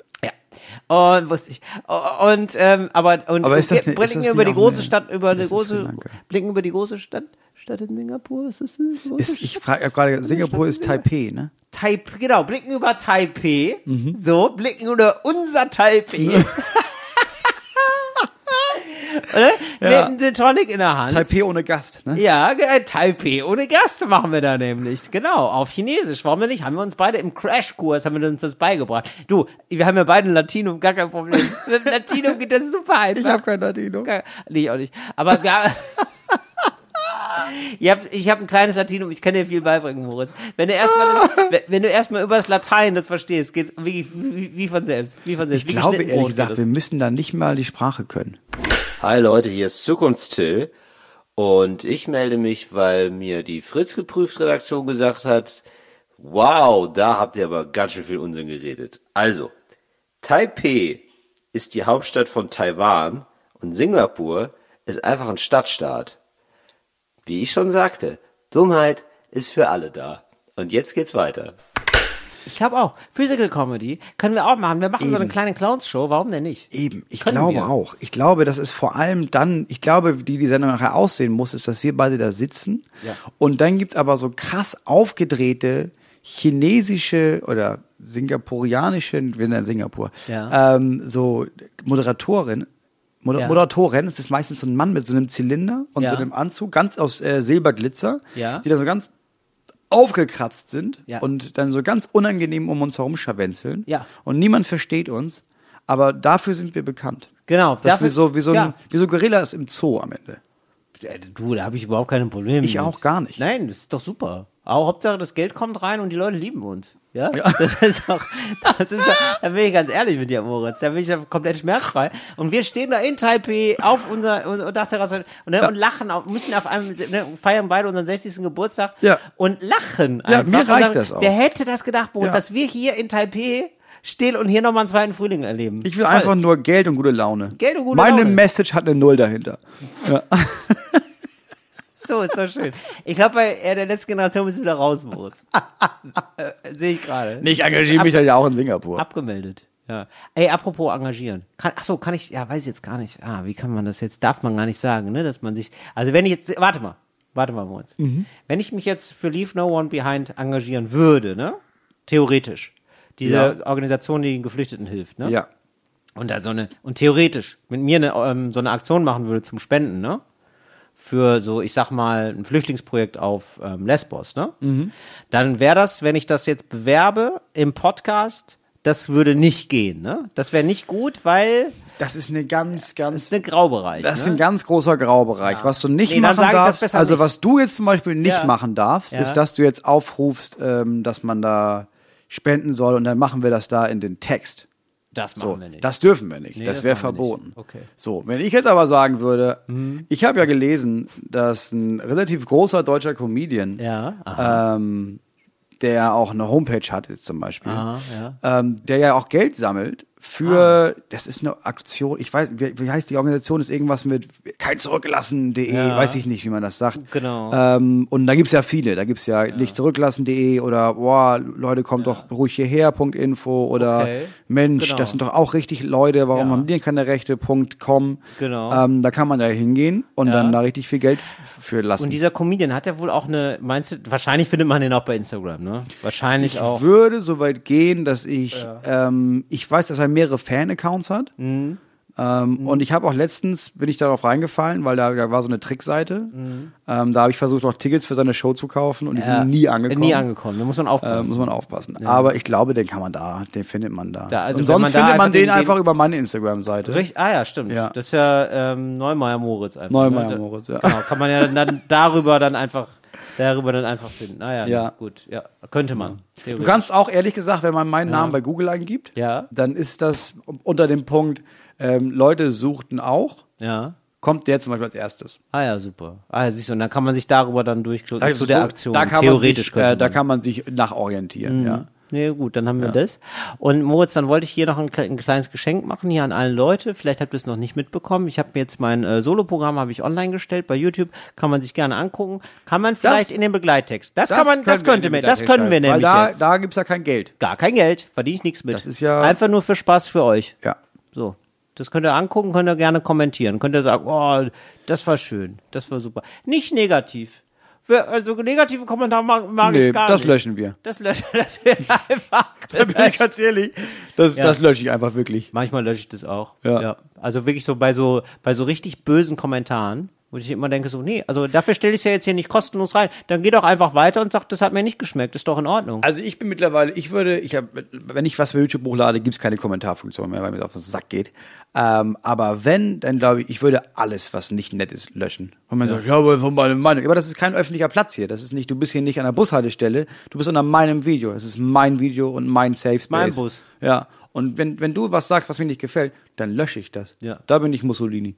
A: Ja. Und wusste ich. Und ähm, aber und
B: Aber ist das
A: wir
B: nicht- ist
A: blicken
B: das
A: über
B: nicht
A: die
B: auch
A: große
B: eine-
A: Stadt, über eine
B: das ist Sri
A: große,
B: Lanka.
A: blicken über die große Stadt, Stadt in Singapur. Ist das eine große
B: Ist, ich frage gerade, Singapur ist Taipei, ne?
A: Taipei, genau, blicken über Taipei,
B: Mhm.
A: so, blicken über unser Taipei. Oder? Mit einem Tonic in der Hand.
B: Taipei ohne Gast, ne?
A: Ja, ge- äh, Taipei ohne Gast machen wir da nämlich. Genau, auf Chinesisch. Warum denn nicht? Haben wir uns beide im Crashkurs, haben wir uns das beigebracht. Du, wir haben ja beide Latinum, gar kein Problem. Mit Latinum geht das super einfach.
B: Ich habe kein Latino.
A: Gar- Nee, ich auch nicht. Aber wir haben... Ich habe ich hab ein kleines Latinum, ich kann dir viel beibringen, Moritz. Wenn du erstmal das- wenn du erstmal über das Latein das verstehst, geht's wie, wie, wie von selbst, wie von selbst.
B: Ich
A: wie
B: glaube
A: geschnitten
B: ehrlich
A: Brot
B: gesagt,
A: geht
B: wir müssen da nicht mal die Sprache können.
D: Hi Leute, hier ist Zukunftstill und ich melde mich, weil mir die Fritz geprüft Redaktion gesagt hat, wow, da habt ihr aber ganz schön viel Unsinn geredet. Also, Taipei ist die Hauptstadt von Taiwan und Singapur ist einfach ein Stadtstaat. Wie ich schon sagte, Dummheit ist für alle da. Und jetzt geht's weiter.
A: das. Ich glaube auch. Physical Comedy können wir auch machen. Wir machen so eine
B: Eben.
A: kleine Clowns-Show, warum denn nicht?
B: Eben, ich
A: Können
B: glaube
A: wir.
B: auch. Ich glaube, das ist vor allem dann, ich glaube, wie die Sendung nachher aussehen muss, ist, dass wir beide da sitzen. Und dann gibt's aber so krass aufgedrehte chinesische oder singapurianische, wir sind ja in Singapur,
A: Ja.
B: ähm, so Moderatorin. Moder
A: Ja.
B: Moderatorin, es ist meistens so ein Mann mit so einem Zylinder und
A: Ja.
B: so einem Anzug, ganz aus äh, Silberglitzer,
A: Ja.
B: die da so ganz aufgekratzt sind
A: Ja.
B: und dann so ganz unangenehm um uns herum scharwenzeln
A: Ja.
B: und niemand versteht uns, aber dafür sind wir bekannt.
A: Genau,
B: Dass
A: dafür-
B: wir so wie so, ein,
A: ja.
B: wie so Gorillas im Zoo am Ende.
A: Äh, Du, da habe ich überhaupt keine Probleme.
B: Ich
A: mit.
B: auch gar nicht.
A: Nein, das ist doch super. Auch Hauptsache, das Geld kommt rein und die Leute lieben uns. Ja, das ist doch, das ist doch, da bin ich ganz ehrlich mit dir, Moritz. Da bin ich ja komplett schmerzfrei. Und wir stehen da in Taipei auf unserer, unserer Dachterrasse und, ne, und lachen, auf, müssen auf einem, ne, feiern beide unseren 60. Geburtstag
B: Ja.
A: und lachen.
B: Ja,
A: einfach
B: mir
A: und
B: reicht das auch.
A: Wer hätte das gedacht, Moritz,
B: Ja.
A: dass wir hier in Taipei stehen und hier nochmal einen zweiten Frühling erleben?
B: Ich will
A: Toll.
B: einfach nur Geld und gute Laune.
A: Geld und gute
B: Meine
A: Laune.
B: Message hat eine Null dahinter.
A: So, ist doch schön. Ich glaube, bei äh, der letzten Generation bist du wieder raus, Moritz. äh, Sehe ich gerade.
B: Ich engagiere mich dann ja auch in Singapur.
A: Abgemeldet. Ja. Ey, apropos engagieren. Kann, ach so, kann ich, ja, weiß ich jetzt gar nicht. Ah, wie kann man das jetzt, darf man gar nicht sagen, ne, dass man sich, also wenn ich jetzt, warte mal, warte mal, Moritz.
B: Mhm.
A: Wenn ich mich jetzt für Leave No One Behind engagieren würde, ne, theoretisch, diese
B: Ja.
A: Organisation, die den Geflüchteten hilft, ne,
B: Ja.
A: und da so eine, und theoretisch mit mir eine, ähm, so eine Aktion machen würde zum Spenden, ne? Für so, ich sag mal, ein Flüchtlingsprojekt auf ähm, Lesbos, ne?
B: Mhm.
A: Dann wäre das, wenn ich das jetzt bewerbe im Podcast, das würde nicht gehen, ne? Das wäre nicht gut, weil
B: Das ist eine ganz,
A: das
B: ganz.
A: ist ein Graubereich.
B: Das ist
A: ne?
B: ein ganz großer Graubereich. Was du nicht
A: Nee, dann
B: machen
A: sage ich das
B: darfst,
A: besser
B: also
A: nicht.
B: was du jetzt zum Beispiel nicht
A: Ja.
B: machen darfst,
A: Ja.
B: ist, dass du jetzt aufrufst, ähm, dass man da spenden soll und dann machen wir das da in den Text.
A: das machen
B: So,
A: wir nicht.
B: das dürfen wir nicht. das
A: das
B: wäre
A: machen wir
B: verboten.
A: nicht. Okay. Mhm.
B: So, wenn ich jetzt aber sagen würde, ich habe ja gelesen, dass ein relativ großer deutscher Comedian,
A: Ja,
B: ähm, der auch eine Homepage hat jetzt zum Beispiel,
A: Aha, ja. Ah.
B: ähm, der ja auch Geld sammelt für, das ist eine Aktion, ich weiß, wie, wie heißt die Organisation, ist irgendwas mit kein zurückgelassen.de,
A: Ja.
B: weiß ich nicht, wie man das sagt.
A: Genau.
B: Ähm, und da gibt's ja viele, da gibt's ja, nicht zurücklassen.de oder, boah, Leute, kommt doch ruhig hierher, Punkt Info oder
A: Okay.
B: Mensch,
A: Genau.
B: das sind doch auch richtig Leute, warum
A: Ja.
B: haben die denn keine Rechte, Punkt, com.
A: Genau.
B: Ähm, da kann man da hingehen und
A: Ja.
B: dann da richtig viel Geld f- für lassen.
A: und dieser Comedian hat ja wohl auch eine, meinst du, wahrscheinlich findet man den auch bei Instagram, ne? Wahrscheinlich
B: ich
A: auch.
B: würde so weit gehen, dass ich, ähm, ich weiß, dass er mehrere Fan-Accounts hat.
A: Mhm.
B: Ähm, Und ich habe auch letztens, bin ich darauf reingefallen, weil da, da war so eine Trickseite. Ähm, da habe ich versucht, auch Tickets für seine Show zu kaufen und die
A: Mhm. Ja,
B: sind nie angekommen.
A: Nie angekommen, da muss man
B: Äh,
A: aufpassen.
B: muss man aufpassen. Aber ich glaube, den kann man da, den findet man da.
A: Da, also
B: und
A: wenn
B: sonst
A: man da
B: findet
A: einfach
B: man den,
A: den-
B: einfach über meine Instagram-Seite.
A: Richtig, ah ja, stimmt.
B: Ja.
A: Das ist ja ähm, Neumeier Moritz einfach.
B: Neumeier
A: ne?
B: Moritz, ja.
A: Genau, kann man ja dann darüber dann einfach darüber dann einfach finden. Ah ja,
B: Ja.
A: gut, ja, könnte man.
B: Du kannst auch ehrlich gesagt, wenn man meinen Namen bei Google eingibt,
A: Ja.
B: dann ist das unter dem Punkt, ähm, Leute suchten auch,
A: ja.
B: kommt der zum Beispiel als erstes.
A: Ah ja, super. Ah ja, siehst du, und dann kann man sich darüber dann durchklicken zu
B: Also
A: der
B: so-
A: Aktion.
B: Da kann
A: Theoretisch
B: man sich, äh,
A: könnte
B: da
A: man. Mhm.
B: kann man sich nachorientieren, ja.
A: Nee, gut, dann haben wir das. Und Moritz, dann wollte ich hier noch ein, kle- ein kleines Geschenk machen hier an alle Leute. Vielleicht habt ihr es noch nicht mitbekommen. Ich habe mir jetzt mein äh, Soloprogramm habe ich online gestellt bei YouTube. Kann man sich gerne angucken. Kann man vielleicht in den Begleittext. Das, kann man, das könnte mir, das können wir nämlich
B: Weil da,
A: jetzt.
B: da gibt's ja kein Geld.
A: gar kein Geld, verdiene ich nichts mit.
B: Das ist ja-
A: einfach nur für Spaß für euch.
B: Ja.
A: So, das könnt ihr angucken, könnt ihr gerne kommentieren, könnt ihr sagen, oh, das war schön, das war super. Nicht negativ. wir, also negative Kommentare mag, mag
B: Nee,
A: ich gar
B: das
A: nicht.
B: löschen wir.
A: Das löschen das wird einfach. gelöscht.
B: ganz ehrlich, das, das lösche ich einfach wirklich.
A: Manchmal lösche ich das auch.
B: Ja.
A: Also wirklich so bei so bei so richtig bösen Kommentaren, wo ich immer denke so, nee, also dafür stelle ich es ja jetzt hier nicht kostenlos rein. Dann geh doch einfach weiter und sag, das hat mir nicht geschmeckt, ist doch in Ordnung.
B: Also ich bin mittlerweile, ich würde, ich hab, wenn ich was für YouTube hochlade, gibt's keine Kommentarfunktion mehr, weil mir das auf den Sack geht. Ähm, aber wenn, dann glaube ich, ich würde alles, was nicht nett ist, löschen. Und man sagt, ja, aber von meiner Meinung. Aber das ist kein öffentlicher Platz hier. Das ist nicht, du bist hier nicht an der Bushaltestelle, du bist unter meinem Video. Das ist mein Video und mein Safe Space.
A: mein Bus.
B: Ja. Und wenn, wenn du was sagst, was mir nicht gefällt, dann lösche ich das.
A: Ja.
B: Da bin ich Mussolini.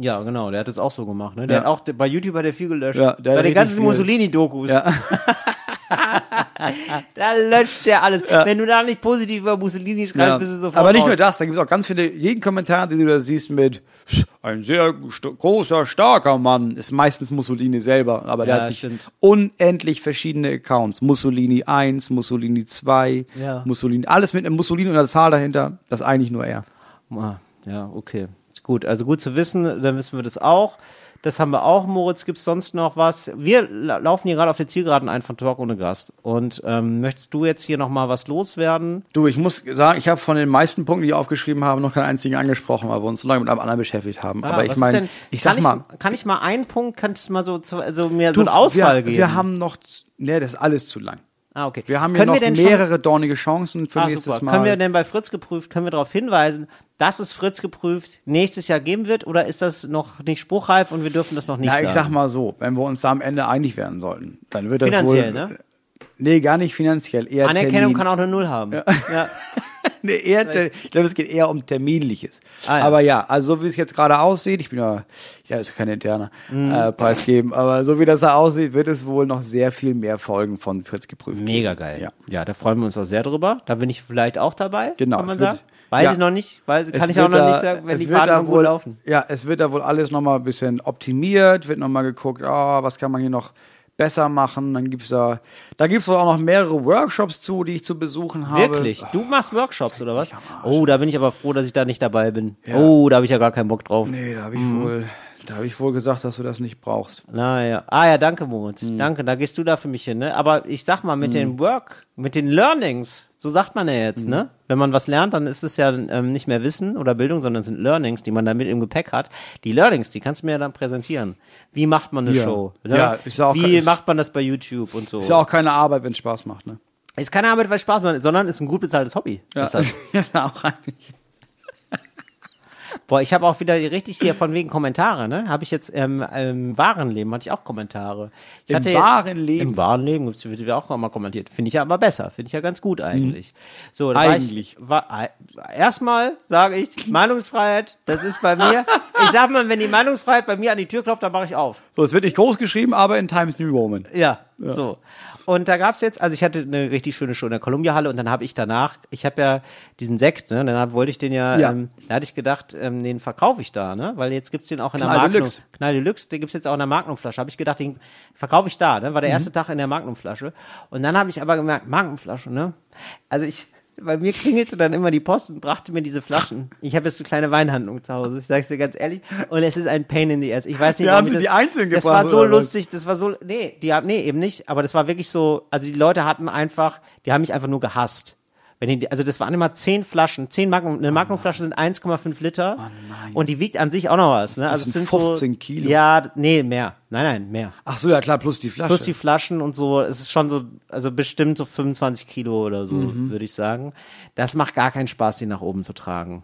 A: Ja, genau, der hat das auch so gemacht. Ne? Der
B: Ja.
A: hat auch bei YouTube hat er viel gelöscht.
B: Ja, der hat
A: bei den
B: richtig
A: ganzen
B: viel.
A: Mussolini-Dokus. da löscht der alles. Wenn du da nicht positiv über Mussolini schreibst,
B: Ja.
A: bist du sofort
B: Aber nicht
A: raus.
B: nur das, da gibt es auch ganz viele, jeden Kommentar, den du da siehst mit ein sehr st großer, starker Mann, ist meistens Mussolini selber, aber der
A: Ja,
B: hat sich
A: stimmt.
B: unendlich verschiedene Accounts. Mussolini 1, Mussolini 2,
A: Ja.
B: Mussolini, alles mit einem Mussolini und einer Zahl dahinter, das ist eigentlich nur er.
A: Ah, ja, okay. Ist gut. Also gut zu wissen, dann wissen wir das auch. Das haben wir auch, Moritz. Gibt es sonst noch was? Wir la laufen hier gerade auf der Zielgeraden ein von Talk ohne Gast. Und ähm, möchtest du jetzt hier nochmal was loswerden?
B: Du, ich muss sagen, ich habe von den meisten Punkten, die ich aufgeschrieben habe, noch keinen einzigen angesprochen, weil wir uns so lange mit einem anderen beschäftigt haben. aber
A: Ah, was
B: ich
A: ist
B: meine,
A: denn-
B: ich sag
A: kann
B: mal,
A: Ich, kann ich mal einen Punkt, kannst du mal so, zu- also mir so
B: du,
A: einen Ausfall
B: wir,
A: geben?
B: wir haben noch, ne, das ist alles zu lang.
A: ah, okay.
B: Wir haben ja
A: Können
B: noch
A: wir denn schon-
B: mehrere dornige Chancen für
A: Ah,
B: nächstes
A: super.
B: Mal.
A: Können wir denn bei Fritz geprüft, können wir darauf hinweisen, dass es Fritz geprüft nächstes Jahr geben wird oder ist das noch nicht spruchreif und wir dürfen das noch nicht
B: Na,
A: sagen?
B: ich sag mal so, wenn wir uns da am Ende einig werden sollten, dann wird das
A: Finanziell,
B: wohl,
A: ne?
B: Nee, gar nicht finanziell, eher
A: Anerkennung
B: Termin.
A: kann auch eine Null haben. ja.
B: nee, eher, Te- ich glaube, es geht eher um Terminliches.
A: Ah, ja.
B: Aber ja, also so wie es jetzt gerade aussieht, ich bin ja, ich darf jetzt keine interne
A: Mhm.
B: äh, preisgeben, aber so wie das da aussieht, wird es wohl noch sehr viel mehr Folgen von Fritz geprüft. geben.
A: Mega geil. Ja.
B: Ja.
A: da freuen wir uns auch sehr drüber. Da bin ich vielleicht auch dabei.
B: Genau,
A: Kann man
B: es wird-
A: sagen. Weiß
B: ja.
A: ich noch nicht. Weiß, kann
B: Es
A: ich auch
B: wird
A: noch
B: da-
A: nicht sagen, wenn
B: es
A: die
B: wird da
A: Fahrten
B: wohl-
A: gut laufen.
B: Ja, es wird da wohl alles nochmal ein bisschen optimiert, wird nochmal geguckt, ah, was kann man hier noch besser machen. Dann gibt's da, da gibt's wohl auch noch mehrere Workshops zu, die ich zu besuchen habe.
A: Wirklich? Du machst Workshops oder was? Oh, da bin ich aber froh, dass ich da nicht dabei bin. Oh, da habe ich ja gar keinen Bock drauf.
B: Nee, da habe ich
A: Mhm.
B: wohl, da habe ich wohl gesagt, dass du das nicht brauchst.
A: Naja. Ah ja, danke Moritz.
B: Hm.
A: Danke, da gehst du da für mich hin. Ne? Aber ich sag mal, mit den Work, mit den Learnings, so sagt man ja
B: Hm.
A: jetzt, ne? Wenn man was lernt, dann ist es ja ähm, nicht mehr Wissen oder Bildung, sondern es sind Learnings, die man da mit im Gepäck hat. Die Learnings, die kannst du mir ja dann präsentieren. Wie macht man eine
B: Ja.
A: Show? Ne?
B: Ja, ist ja auch-
A: Wie
B: ist-
A: macht man das bei YouTube und so?
B: Ist ja auch keine Arbeit, wenn es Spaß macht, ne?
A: Ist keine Arbeit, weil Spaß macht, sondern ist ein gut bezahltes Hobby. Ist das.
B: ist auch eigentlich.
A: Boah, ich habe auch wieder richtig hier von wegen Kommentare, ne? Habe ich jetzt ähm, im wahren Leben hatte ich auch Kommentare. Ich
B: Im
A: hatte
B: wahren Leben?
A: Im wahren Leben gibt's- wird ja auch mal kommentiert. Finde ich ja aber besser. Finde ich ja ganz gut eigentlich. So, da
B: Mhm. Eigentlich.
A: War ich, war, erstmal sage ich Meinungsfreiheit. Das ist bei mir. ich sag mal, wenn die Meinungsfreiheit bei mir an die Tür klopft, dann mache ich auf.
B: So, es wird nicht groß geschrieben, aber in Times New Roman.
A: Ja, so. Und da gab's jetzt, also ich hatte eine richtig schöne Show in der Columbia-Halle und dann habe ich danach, ich habe ja diesen Sekt, ne, dann hab, wollte ich den ja,
B: Ja.
A: Ähm, da hatte ich gedacht, ähm, den verkaufe ich da, ne, weil jetzt gibt's den auch in der
B: Knall
A: Magnum.
B: Deluxe.
A: Knall Deluxe, den gibt's jetzt auch in der Magnumflasche. Habe ich gedacht, den verkaufe ich da, ne, war der
B: Mhm.
A: erste Tag in der Magnumflasche. Und dann habe ich aber gemerkt, Magnumflasche, ne, also ich, bei mir klingelte dann immer die Post und brachte mir diese Flaschen. Ich habe jetzt eine kleine Weinhandlung zu Hause, ich sag's dir ganz ehrlich. Und es ist ein Pain in the ass. Ich weiß nicht,
B: Ja,
A: warum
B: haben
A: ich
B: sie
A: das,
B: die einzeln
A: Das
B: gebracht,
A: war so
B: oder was?
A: lustig lustig, das war so, nee, die haben, nee, eben nicht, aber das war wirklich so, also die Leute hatten einfach, die haben mich einfach nur gehasst. Wenn die, also das waren immer zehn Flaschen, zehn Magnum, eine Magnumflasche sind 1,5 Liter
B: Ah. Oh nein.
A: und die wiegt an sich auch noch was. Ne? Also
B: sind
A: es sind
B: 15
A: so,
B: Kilo.
A: Ja, nee, mehr. Nein, nein, mehr.
B: Ach so, ja klar, plus die Flasche.
A: Plus die Flaschen und so, es ist schon so, also bestimmt so 25 Kilo oder so,
B: Mhm.
A: würde ich sagen. Das macht gar keinen Spaß, die nach oben zu tragen.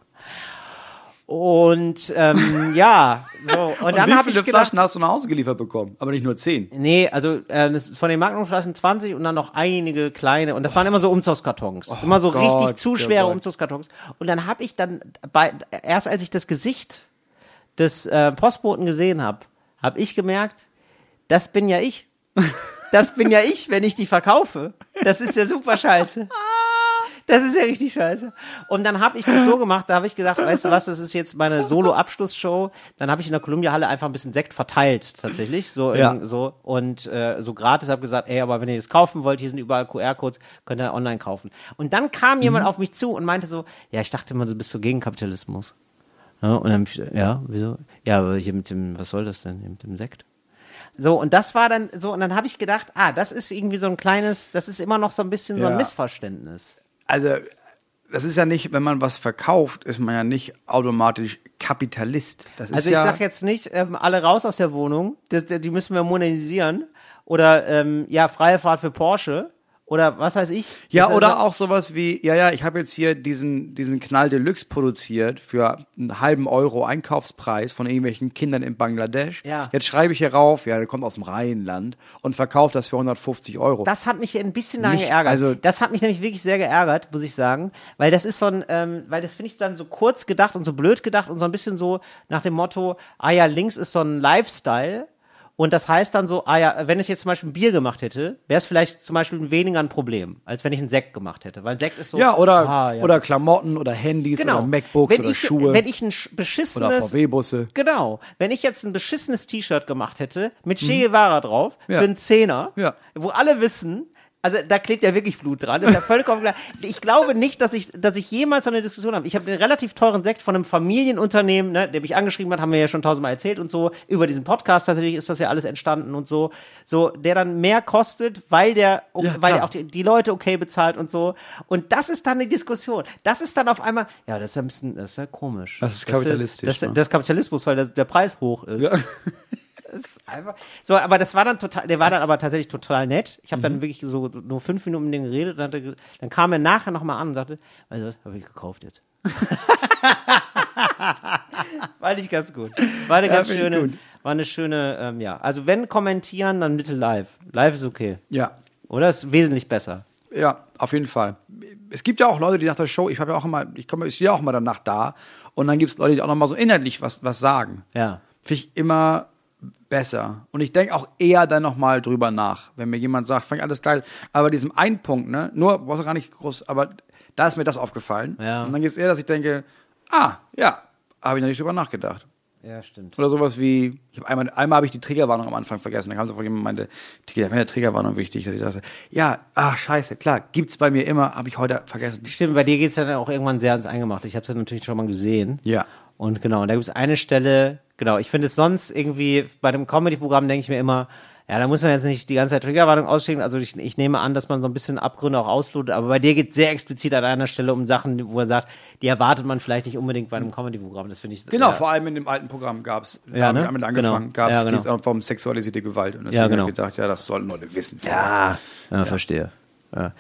A: Und ähm, ja, so. Und,
B: und
A: dann
B: wie
A: habe
B: viele
A: ich gedacht,
B: Flaschen hast du nach Hause geliefert bekommen? Aber nicht nur zehn.
A: Nee, also äh, das, von den Magnumflaschen 20 und dann noch einige kleine. Und das waren immer so Umzugskartons. immer so richtig
B: Oh Gott,
A: zu
B: ja,
A: schwere
B: Gott.
A: Umzugskartons. Und dann habe ich dann, bei, erst als ich das Gesicht des äh, Postboten gesehen habe, habe ich gemerkt, das bin ja ich. Das bin ja ich, wenn ich die verkaufe. Das ist ja super scheiße. Das ist ja richtig scheiße. Und dann habe ich das so gemacht, da habe ich gesagt, weißt du was, das ist jetzt meine Solo-Abschlussshow. Dann habe ich in der Columbia-Halle einfach ein bisschen Sekt verteilt, tatsächlich. So, in,
B: Ja.
A: so und äh, so gratis habe gesagt, ey, aber wenn ihr das kaufen wollt, hier sind überall QR-Codes, könnt ihr online kaufen. Und dann kam jemand auf mich zu und meinte so, ja, ich dachte immer, du bist so gegen Kapitalismus. Ja, und dann, hab ich, ja, wieso? Ja, aber hier mit dem, was soll das denn, hier mit dem Sekt? So, und das war dann so, und dann habe ich gedacht, ah, das ist irgendwie so ein kleines, das ist immer noch so ein bisschen so ein
B: Ja.
A: Missverständnis.
B: Also, das ist ja nicht, wenn man was verkauft, ist man ja nicht automatisch Kapitalist. Das ist
A: Also ich
B: ja,
A: sag jetzt nicht, ähm, alle raus aus der Wohnung, die, die die müssen wir modernisieren. Oder ähm, ja, freie Fahrt für Porsche. Oder was weiß ich.
B: ja
A: Das- also
B: oder auch sowas wie, ja, ja, ich habe jetzt hier diesen, diesen Knall Deluxe produziert für einen halben Euro Einkaufspreis von irgendwelchen Kindern in Bangladesch.
A: Ja.
B: Jetzt schreibe ich hier rauf, ja, der kommt aus dem Rheinland und verkauft das für 150 Euro.
A: Das hat mich ein bisschen daran
B: Nicht-
A: geärgert.
B: also-
A: das hat mich nämlich wirklich sehr geärgert, muss ich sagen. Weil das ist so ein, ähm, weil das finde ich dann so kurz gedacht und so blöd gedacht und so ein bisschen so nach dem Motto, ah ja, links ist so ein Lifestyle. Und das heißt dann so, ah ja, wenn ich jetzt zum Beispiel ein Bier gemacht hätte, wäre es vielleicht zum Beispiel weniger ein Problem, als wenn ich einen Sekt gemacht hätte. Weil Sekt ist so.
B: ja, oder,
A: ah, ja.
B: oder Klamotten oder Handys
A: genau.
B: oder MacBooks
A: wenn
B: oder
A: ich,
B: Schuhe
A: Wenn ich ein sch- beschissenes.
B: oder VW-Busse.
A: Genau. Wenn ich jetzt ein beschissenes T-Shirt gemacht hätte, mit Che Guevara drauf,
B: Mhm. Ja.
A: für einen Zehner,
B: Ja.
A: wo alle wissen, also da klebt ja wirklich Blut dran, ist ja vollkommen klar. Ich glaube nicht, dass ich, dass ich jemals so eine Diskussion habe. Ich habe einen relativ teuren Sekt von einem Familienunternehmen, ne, der mich angeschrieben hat, haben wir ja schon tausendmal erzählt und so. Über diesen Podcast natürlich ist das ja alles entstanden und so. So, der dann mehr kostet, weil der,
B: Ja,
A: weil der
B: klar.
A: auch die, die Leute okay bezahlt und so. Und das ist dann die Diskussion. Das ist dann auf einmal, ja, das ist ja ein bisschen, das ist ja komisch.
B: Das ist kapitalistisch,
A: Das, das,
B: ne?
A: das ist Kapitalismus, weil der, der Preis hoch ist. Das ist einfach. So, aber das war dann total, der war dann aber tatsächlich total nett. Ich habe
B: Mhm.
A: dann wirklich so nur fünf Minuten mit dem geredet und dann, hat er ge- dann kam er nachher nochmal an und sagte, also das habe ich gekauft jetzt. Fand ich ganz gut. War eine ganz
B: finde ich
A: schöne,
B: gut.
A: war eine schöne, ähm, ja. Also wenn kommentieren, dann bitte live. Live ist okay.
B: Ja,
A: Oder? Ist wesentlich besser.
B: Ja, auf jeden Fall. Es gibt ja auch Leute, die nach der Show, ich habe ja auch immer, ich komme, ich stehe ja auch immer danach da und dann gibt es Leute, die auch noch mal so inhaltlich was, was sagen.
A: Ja.
B: Finde ich immer besser. Und ich denke auch eher dann noch mal drüber nach, wenn mir jemand sagt, fand ich alles geil. Aber diesem einen Punkt, ne, nur, brauchst du gar nicht groß, aber da ist mir das aufgefallen.
A: Ja.
B: Und dann geht es eher, dass ich denke, ah, ja, habe ich noch nicht drüber nachgedacht.
A: Ja, stimmt.
B: Oder sowas wie, ich hab einmal, einmal habe ich die Triggerwarnung am Anfang vergessen. Da kam sofort jemand und meinte, Tiki, da wäre eine Triggerwarnung wichtig. Dass ich dachte, ja, ach scheiße, klar, gibt's bei mir immer, habe ich heute vergessen.
A: Stimmt, bei dir geht's dann auch irgendwann sehr ans Eingemachte. Ich habe es ja natürlich schon mal gesehen.
B: Ja.
A: Und genau, und da gibt's eine Stelle, genau, ich finde es sonst irgendwie, bei dem Comedy-Programm denke ich mir immer, ja, da muss man jetzt nicht die ganze Zeit Triggerwarnung ausschicken. Also ich, ich nehme an, dass man so ein bisschen Abgründe auch auslotet, aber bei dir geht's sehr explizit an einer Stelle um Sachen, wo er sagt, die erwartet man vielleicht nicht unbedingt bei einem Comedy-Programm. Das finde ich.
B: Genau,
A: ja.
B: vor allem in dem alten Programm gab's da
A: Ja,
B: hab
A: ne?
B: ich damit angefangen,
A: Genau.
B: gab's
A: Ja, genau.
B: geht's einfach um sexualisierte Gewalt. Und deswegen
A: Ja,
B: hab
A: genau.
B: ich gedacht, ja, das sollen Leute wissen.
A: Ja, ja, verstehe. Ja.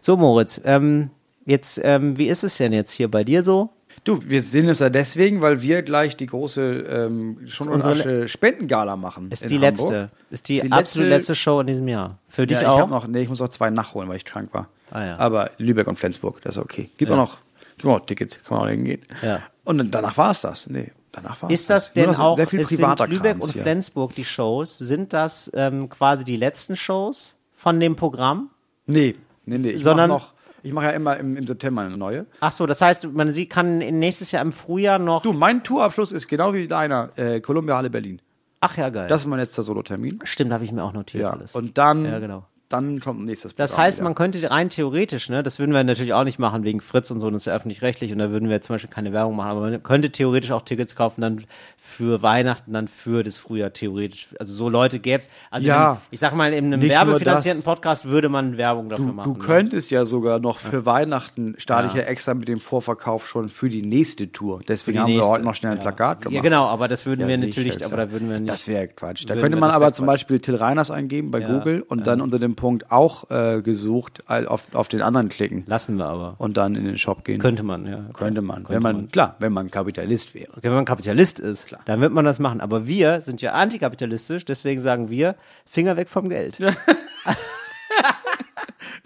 A: So, Moritz, ähm, jetzt, ähm, wie ist es denn jetzt hier bei dir so?
B: Du, wir sehen es ja deswegen, weil wir gleich die große ähm, schon und
A: unsere
B: Asche Spendengala machen.
A: Ist
B: in
A: die
B: Hamburg.
A: letzte. Ist die, absolut letzte Show in diesem Jahr. Für dich
B: ja,
A: auch?
B: Ich, hab noch, nee, ich muss noch zwei nachholen, weil ich krank war.
A: Ah, ja.
B: Aber Lübeck und Flensburg, das ist okay. Gibt auch noch, gibt auch noch Tickets, kann man auch hingehen.
A: Ja.
B: Und dann- danach war es das. Nee, danach war
A: Ist das denn
B: Nur noch
A: auch,
B: sehr viel
A: es sind
B: privater
A: Lübeck
B: Krams
A: und
B: hier.
A: Flensburg die Shows, sind das ähm, quasi die letzten Shows von dem Programm?
B: Nee, nee, nee. Ich
A: Sondern-
B: Sondern mach noch, ich mache ja immer im, im September eine neue.
A: Ach so, das heißt, man sie kann in- nächstes Jahr im Frühjahr noch.
B: Du, mein Tourabschluss ist genau wie deiner, äh, Columbia Halle Berlin.
A: Ach ja, geil.
B: Das ist mein letzter Solotermin.
A: Stimmt, habe ich mir auch notiert
B: Ja.
A: alles.
B: Und dann,
A: Ja, genau.
B: dann kommt ein nächstes
A: Das
B: Programm
A: heißt,
B: wieder.
A: man könnte rein theoretisch, ne, das würden wir natürlich auch nicht machen wegen Fritz und so, das ist ja öffentlich-rechtlich und da würden wir zum Beispiel keine Werbung machen, aber man könnte theoretisch auch Tickets kaufen dann für Weihnachten, dann für das Frühjahr theoretisch. Also so Leute gäb's. Also
B: Ja.
A: in, ich sag mal, in einem
B: Nicht nur
A: werbefinanzierten
B: das.
A: Podcast würde man Werbung dafür machen.
B: Du
A: ne?
B: könntest ja sogar noch für Weihnachten starte ich ja extra mit dem Vorverkauf schon für die nächste Tour. Deswegen
A: die
B: haben wir
A: nächste,
B: heute noch schnell ein Plakat gemacht.
A: Ja, genau, aber das würden
B: Ja,
A: wir
B: sicher,
A: natürlich,
B: klar.
A: aber da würden wir nicht.
B: Das wäre Quatsch. Da
A: würden
B: könnte
A: wir-
B: man
A: das
B: aber
A: wär
B: zum
A: Quatsch.
B: Beispiel Till Reiners eingeben bei
A: Ja,
B: Google und dann unter dem Punkt auch äh, gesucht all- auf, auf den anderen klicken
A: Lassen wir aber.
B: und dann in den Shop gehen.
A: Könnte man, ja.
B: Könnte man.
A: Könnte
B: wenn man,
A: man.
B: Klar, wenn man Kapitalist wäre.
A: Wenn man Kapitalist ist, dann wird man das machen. Aber wir sind ja antikapitalistisch, deswegen sagen wir, Finger weg vom Geld.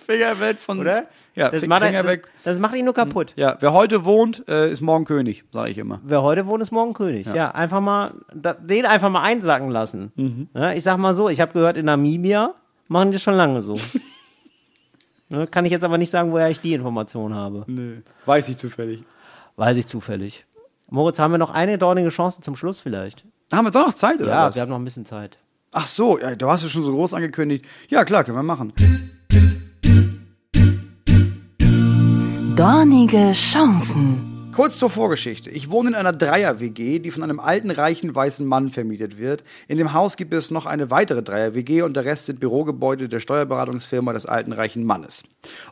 B: Finger weg von...
A: Oder?
B: Ja,
A: das
B: Fi-
A: macht,
B: Finger
A: das,
B: weg.
A: das macht ihn nur kaputt.
B: Ja, wer heute wohnt, äh, ist morgen König, sage ich immer.
A: Wer heute wohnt, ist morgen König. Ja, einfach mal, da, den einfach mal einsacken lassen. Ja, ich sag mal so, ich habe gehört, in Namibia machen die schon lange so. ne, kann ich jetzt aber nicht sagen, woher ich die Information habe.
B: Nö, weiß ich zufällig.
A: Weiß ich zufällig. Moritz, haben wir noch eine dornige Chance zum Schluss vielleicht?
B: Haben wir doch noch Zeit, oder
A: Ja,
B: was?
A: wir haben noch ein bisschen Zeit.
B: Ach so, ja, du hast es schon so groß angekündigt. Ja, klar, können wir machen.
C: Dornige Chancen.
B: Kurz zur Vorgeschichte. Ich wohne in einer Dreier-WG, die von einem alten, reichen, weißen Mann vermietet wird. In dem Haus gibt es noch eine weitere Dreier-WG und der Rest sind Bürogebäude der Steuerberatungsfirma des alten, reichen Mannes.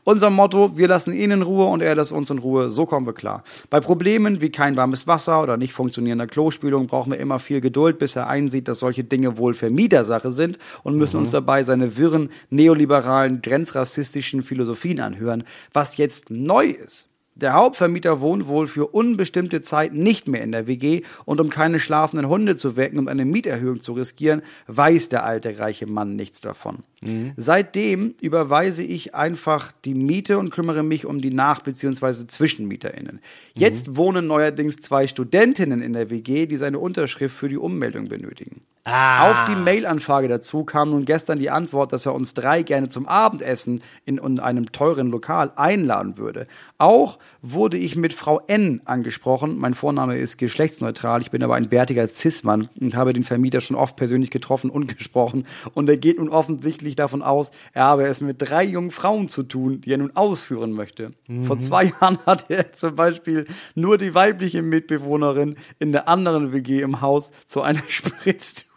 B: Unser Motto, wir lassen ihn in Ruhe und er lässt uns in Ruhe, so kommen wir klar. Bei Problemen wie kein warmes Wasser oder nicht funktionierender Klospülung brauchen wir immer viel Geduld, bis er einsieht, dass solche Dinge wohl Vermietersache sind und müssen uns dabei seine wirren, neoliberalen, grenzrassistischen Philosophien anhören, was jetzt neu ist. Der Hauptvermieter wohnt wohl für unbestimmte Zeit nicht mehr in der WG und um keine schlafenden Hunde zu wecken und eine Mieterhöhung zu riskieren, weiß der alte reiche Mann nichts davon. Seitdem überweise ich einfach die Miete und kümmere mich um die Nach- bzw. ZwischenmieterInnen. Jetzt wohnen neuerdings zwei Studentinnen in der WG, die seine Unterschrift für die Ummeldung benötigen. Auf die Mailanfrage dazu kam nun gestern die Antwort, dass er uns drei gerne zum Abendessen in, in einem teuren Lokal einladen würde. Auch wurde ich mit Frau N angesprochen. Mein Vorname ist geschlechtsneutral. Ich bin aber ein bärtiger Zismann und habe den Vermieter schon oft persönlich getroffen und gesprochen. Und er geht nun offensichtlich davon aus, er habe es mit drei jungen Frauen zu tun, die er nun ausführen möchte. Vor zwei Jahren hatte er zum Beispiel nur die weibliche Mitbewohnerin in der anderen WG im Haus zu einer Spritztour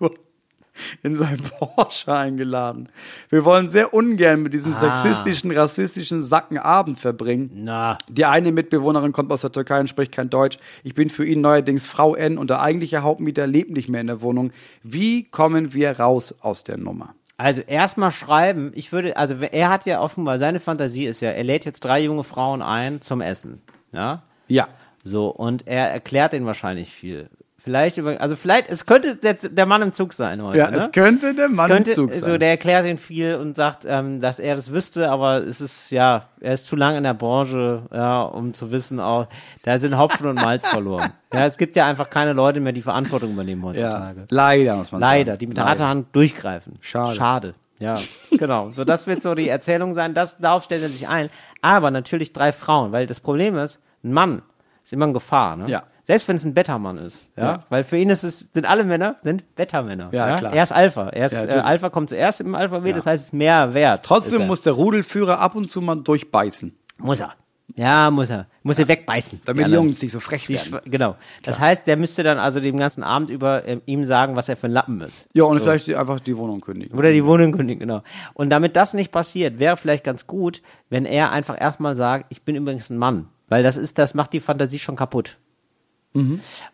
B: in sein Porsche eingeladen. Wir wollen sehr ungern mit diesem sexistischen, rassistischen Sacken Abend verbringen.
A: Na.
B: Die eine Mitbewohnerin kommt aus der Türkei und spricht kein Deutsch. Ich bin für ihn neuerdings Frau N und der eigentliche Hauptmieter lebt nicht mehr in der Wohnung. Wie kommen wir raus aus der Nummer?
A: Also erstmal schreiben, ich würde, also er hat ja offenbar, seine Fantasie ist ja, er lädt jetzt drei junge Frauen ein zum Essen. Ja?
B: Ja.
A: So, und er erklärt ihnen wahrscheinlich viel. Vielleicht über, also vielleicht, es könnte der, der Mann im Zug sein heute.
B: Ja,
A: ne?
B: es könnte der
A: Es
B: Mann
A: könnte-
B: im Zug sein.
A: So, der erklärt ihnen viel und sagt, ähm, dass er das wüsste, aber es ist, ja, er ist zu lang in der Branche, ja, um zu wissen, auch, da sind Hopfen und Malz verloren. Ja, es gibt ja einfach keine Leute mehr, die Verantwortung übernehmen
B: ja.
A: heutzutage.
B: Leider, muss man sagen.
A: Leider, die mit der
B: Leider.
A: Hand durchgreifen.
B: Schade.
A: Schade. Ja, genau. So, das wird so die Erzählung sein. Das, darauf stellt er sich ein. Aber natürlich drei Frauen, weil das Problem ist, ein Mann ist immer in Gefahr, ne?
B: Ja.
A: Selbst wenn es ein Wettermann ist, ja?
B: Ja.
A: Weil für ihn ist es, sind alle Männer, sind Wettermänner.
B: Ja, klar.
A: Er ist Alpha. Er ist,
B: Ja,
A: äh,
B: natürlich.
A: Alpha kommt zuerst im Alphabet, das heißt, es ist mehr wert. ist
B: Trotzdem
A: er.
B: muss der Rudelführer ab und zu mal durchbeißen,
A: Muss er. Ja, muss er. Muss er wegbeißen.
B: damit die
A: anderen.
B: Jungs nicht so frech
A: Die
B: werden.
A: Schw- genau. Das heißt, der müsste dann also den ganzen Abend über ähm, ihm sagen, was er für ein Lappen ist.
B: Ja, und vielleicht die- einfach die Wohnung kündigen.
A: Oder die Wohnung kündigen, genau. Und damit das nicht passiert, wäre vielleicht ganz gut, wenn er einfach erstmal sagt, ich bin übrigens ein Mann. Weil das ist, das macht die Fantasie schon kaputt.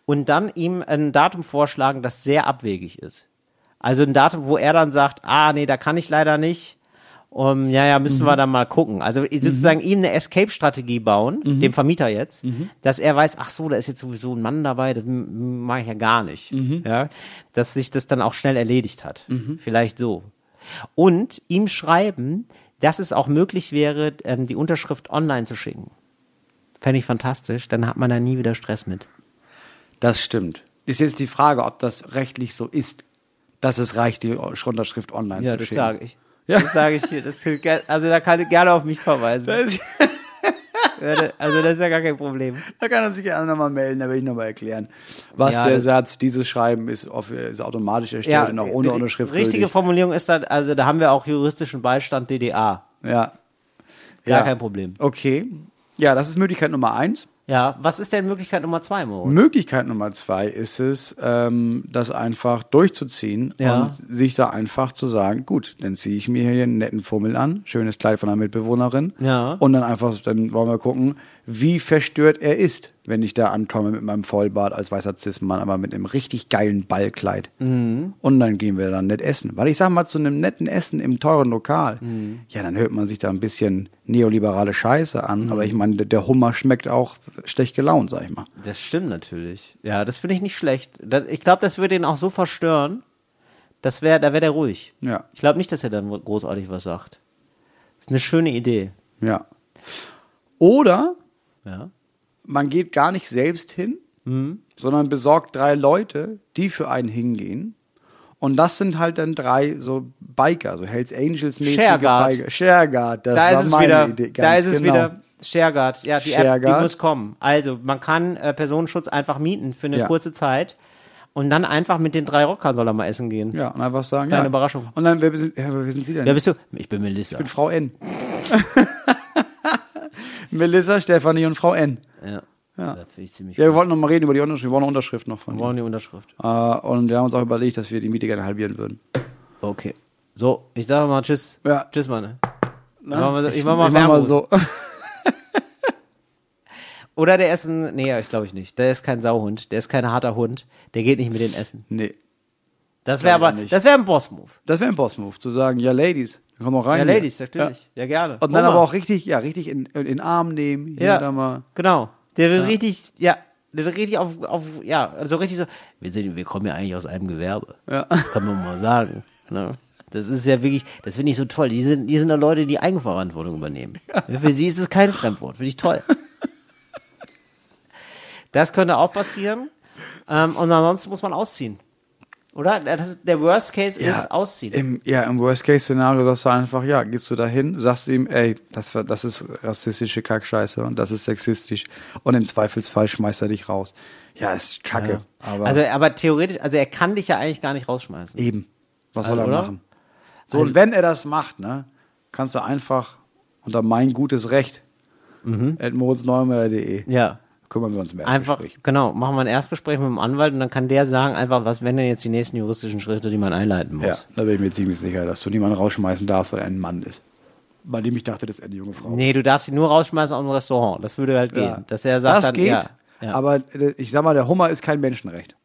A: Und dann ihm ein Datum vorschlagen, das sehr abwegig ist. Also ein Datum, wo er dann sagt, ah, nee, da kann ich leider nicht. Um, ja, ja, müssen wir dann mal gucken. Also sozusagen ihm eine Escape-Strategie bauen, dem Vermieter jetzt, dass er weiß, ach so, da ist jetzt sowieso ein Mann dabei, das mache ich ja gar nicht. Ja, dass sich das dann auch schnell erledigt hat. Vielleicht so. Und ihm schreiben, dass es auch möglich wäre, ähm, die Unterschrift online zu schicken. Fände ich fantastisch, dann hat man da nie wieder Stress mit.
B: Das stimmt. Ist jetzt die Frage, ob das rechtlich so ist, dass es reicht, die Unterschrift online
A: Ja,
B: zu
A: das
B: schicken.
A: sage ich. Das sage ich hier. Das, also da kann ich gerne auf mich verweisen.
B: Das-
A: Ja, Also das ist ja gar kein Problem.
B: Da kann er sich gerne nochmal melden, da will ich nochmal erklären, was
A: Ja,
B: der
A: das-
B: Satz, dieses Schreiben ist, auf, ist automatisch erstellt und auch ohne
A: ri-
B: Unterschrift
A: äh, Richtige
B: gültig.
A: Formulierung ist dann, also da haben wir auch juristischen Beistand DDA.
B: Ja.
A: Gar
B: Ja.
A: kein Problem.
B: Okay. Ja, das ist Möglichkeit Nummer eins.
A: Ja, was ist denn Möglichkeit Nummer zwei, Moritz?
B: Möglichkeit Nummer zwei ist es, ähm, das einfach durchzuziehen
A: Ja.
B: und sich da einfach zu sagen, gut, dann ziehe ich mir hier einen netten Fummel an, schönes Kleid von einer Mitbewohnerin
A: Ja.
B: und dann einfach, dann wollen wir gucken, wie verstört er ist, wenn ich da ankomme mit meinem Vollbart als weißer Zismann, aber mit einem richtig geilen Ballkleid.
A: Mhm.
B: Und dann gehen wir dann nett essen. Weil ich sag mal, zu einem netten Essen im teuren Lokal,
A: Mhm.
B: ja, dann hört man sich da ein bisschen neoliberale Scheiße
A: Mhm.
B: an, aber ich meine, der- der Hummer schmeckt auch schlecht gelaunt, sag ich mal.
A: Das stimmt natürlich. Ja, das finde ich nicht schlecht. Das, ich glaube, das würde ihn auch so verstören, das wär, da wäre der ruhig.
B: Ja.
A: Ich glaube nicht, dass er dann großartig was sagt. ist eine schöne Idee.
B: Ja. Oder
A: Ja.
B: man geht gar nicht selbst hin,
A: Mhm.
B: sondern besorgt drei Leute, die für einen hingehen. Und das sind halt dann drei so Biker, so Hells Angels-mäßige
A: Shareguard.
B: Biker. Shareguard, das
A: da
B: war
A: ist es
B: meine
A: wieder.
B: Idee.
A: da ist es
B: genau.
A: wieder. Shareguard, ja, die App,
B: Shareguard.
A: die muss kommen. Also, man kann äh, Personenschutz einfach mieten für eine
B: Ja.
A: kurze Zeit und dann einfach mit den drei Rockern soll er mal essen gehen.
B: Ja, und einfach sagen.
A: Kleine
B: ja.
A: Überraschung.
B: Und dann, wer sind, ja, wer sind Sie denn?
A: Wer bist du? Ich bin Melissa.
B: Mit Frau N. Melissa, Stefanie und Frau N.
A: ja. Ja. Das finde ich ziemlich
B: Ja, wir wollten noch mal reden über die Unterschrift. Wir wollen eine Unterschrift noch von
A: Wir
B: ihm.
A: brauchen die Unterschrift.
B: Äh, und wir haben uns auch überlegt, dass wir die Miete gerne halbieren würden.
A: Okay. So, ich sage mal Tschüss.
B: Ja.
A: Tschüss, Mann.
B: Ne?
A: mach mal so- ich mach mal
B: mach mal
A: Wermut.
B: so.
A: Oder der ist ein, nee, ich glaube ich nicht. Der ist kein Sauhund. Der ist kein harter Hund. Der geht nicht mit den Essen.
B: nee.
A: Das wäre
B: Glaub ich
A: aber,
B: nicht.
A: das wäre ein Boss-Move.
B: Das wäre ein Boss-Move, zu sagen, ja, Ladies, komm auch rein.
A: Ja,
B: hier.
A: Ladies, natürlich. Ja, gerne.
B: Und dann
A: Oma.
B: aber auch richtig, ja, richtig in, in den Arm nehmen. Hier
A: ja,
B: und da mal.
A: genau. Der will richtig, ja, der will richtig auf, auf, ja, also richtig so, wir sind, wir kommen ja eigentlich aus einem Gewerbe.
B: Ja.
A: Das kann man mal sagen. Ne? Das ist ja wirklich, das finde ich so toll. Die sind, die sind da Leute, die Eigenverantwortung übernehmen. Für sie ist es kein Fremdwort. Finde ich toll. Das könnte auch passieren. Ähm, und ansonsten muss man ausziehen. Oder? Das ist, der Worst Case ist ausziehen.
B: Im, ja, im Worst-Case-Szenario sagst du einfach, ja, gehst du dahin, sagst ihm, ey, das, war, das ist rassistische Kackscheiße und das ist sexistisch. Und im Zweifelsfall schmeißt er dich raus. Ja, ist kacke.
A: Ja.
B: Aber
A: also, aber theoretisch, also er kann dich ja eigentlich gar nicht rausschmeißen.
B: eben, was soll
A: Also,
B: er
A: oder? Also
B: machen? So, und wenn er das macht, ne, kannst du einfach unter mein gutes Recht mhm. at moritz-neumeier.de
A: Ja.
B: E. kümmern wir uns um mehr.
A: Einfach, genau, machen wir ein Erstgespräch mit dem Anwalt und dann kann der sagen, einfach, was wären denn jetzt die nächsten juristischen Schritte, die man einleiten muss.
B: Ja, da bin ich mir ziemlich sicher, dass du niemanden rausschmeißen darfst, weil er ein Mann ist. Bei dem ich dachte, das ist eine junge Frau.
A: Nee, du darfst ihn nur rausschmeißen aus dem Restaurant. Das würde halt gehen.
B: Ja.
A: Dass er sagt,
B: das
A: dann,
B: geht,
A: ja, ja.
B: aber äh, ich sag mal, der Hummer ist kein Menschenrecht.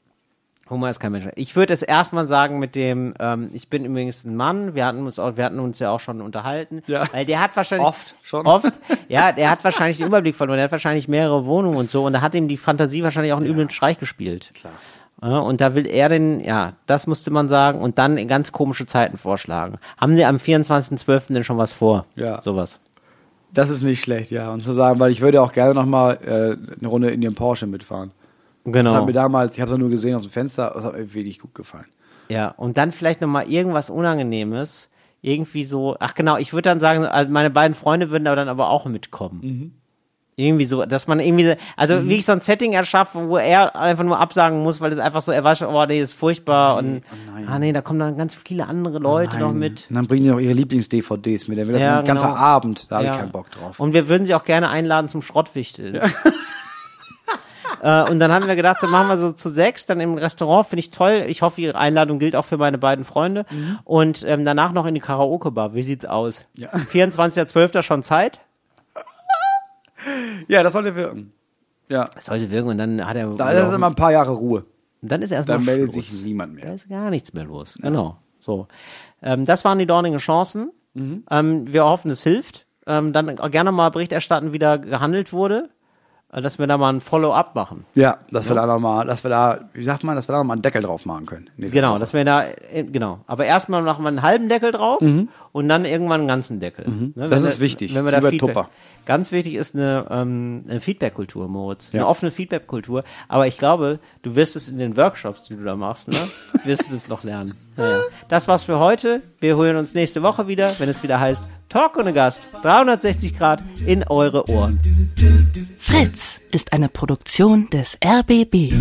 A: Homer ist kein Mensch. Ich würde es erstmal sagen mit dem, ähm, ich bin übrigens ein Mann, wir hatten uns auch, wir hatten uns ja auch schon unterhalten.
B: Ja.
A: Weil der hat wahrscheinlich
B: Oft schon.
A: Oft. Ja, der hat wahrscheinlich den Überblick verloren, der hat wahrscheinlich mehrere Wohnungen und so und da hat ihm die Fantasie wahrscheinlich auch einen üblen Streich gespielt. Klar. Ja, und da will er den, ja, das musste man sagen und dann ganz komische Zeiten vorschlagen. Haben sie am 24.12. denn schon was vor?
B: Ja.
A: Sowas.
B: Das ist nicht schlecht, ja. Und zu sagen, weil ich würde auch gerne nochmal äh, eine Runde in dem Porsche mitfahren. Das
A: Genau.
B: hat mir damals, ich habe es nur gesehen aus dem Fenster, das hat mir wirklich gut gefallen.
A: Ja, und dann vielleicht nochmal irgendwas Unangenehmes. Irgendwie so, ach genau, ich würde dann sagen, also meine beiden Freunde würden da dann aber auch mitkommen.
B: Mhm.
A: Irgendwie so, dass man irgendwie, also wie ich so ein Setting erschafft, wo er einfach nur absagen muss, weil es einfach so, er war schon, oh nee, ist furchtbar und,
B: oh nein. Oh
A: ah nee, da kommen dann ganz viele andere Leute noch
B: Nein.
A: mit.
B: Und dann bringen die noch ihre Lieblings-DVDs mit. Dann wird das
A: Ja,
B: ein ganzer
A: genau.
B: Abend, da habe
A: Ja.
B: ich keinen Bock drauf.
A: Und wir würden sie auch gerne einladen zum Schrottwichteln. Äh, und dann haben wir gedacht, dann machen wir so zu sechs, dann im Restaurant, finde ich toll. Ich hoffe, Ihre Einladung gilt auch für meine beiden Freunde. Und ähm, danach noch in die Karaoke-Bar. Wie sieht's aus?
B: Mhm. Ja.
A: 24.12. schon Zeit?
B: ja, das sollte wirken. Ja,
A: Das sollte wirken und dann hat er.
B: da ist immer ein paar Jahre Ruhe.
A: und dann ist erstmal.
B: Dann meldet
A: Schluss.
B: sich niemand
A: Da
B: mehr.
A: ist gar nichts mehr los. Genau. So. Ähm, das waren die Dornigen Chancen.
B: Mhm.
A: Ähm, wir hoffen, es hilft. Ähm, dann gerne mal Bericht erstatten, wie da gehandelt wurde, äh, dass wir da mal ein Follow-up machen.
B: Ja, dass wir da nochmal, dass wir da, wie sagt man, dass wir da nochmal einen Deckel drauf machen können. Nächste
A: Genau,
B: Woche.
A: dass wir da, äh, genau. Aber erstmal machen wir einen halben Deckel drauf und dann irgendwann einen ganzen Deckel. Ne,
B: Mhm. Das
A: wenn
B: ist
A: wir-
B: wichtig.
A: Wenn wir
B: Das
A: da
B: ist wie bei
A: Feedback,
B: Tupper.
A: Ganz wichtig ist eine, ähm, eine Feedback-Kultur, Moritz. Eine
B: Ja.
A: offene Feedback-Kultur. Aber ich glaube, du wirst es in den Workshops, die du da machst, ne? wirst du das noch lernen. Naja. Das war's für heute. Wir holen uns nächste Woche wieder, wenn es wieder heißt Talk ohne Gast. 360 Grad in eure Ohren.
C: Fritz ist eine Produktion des RBB.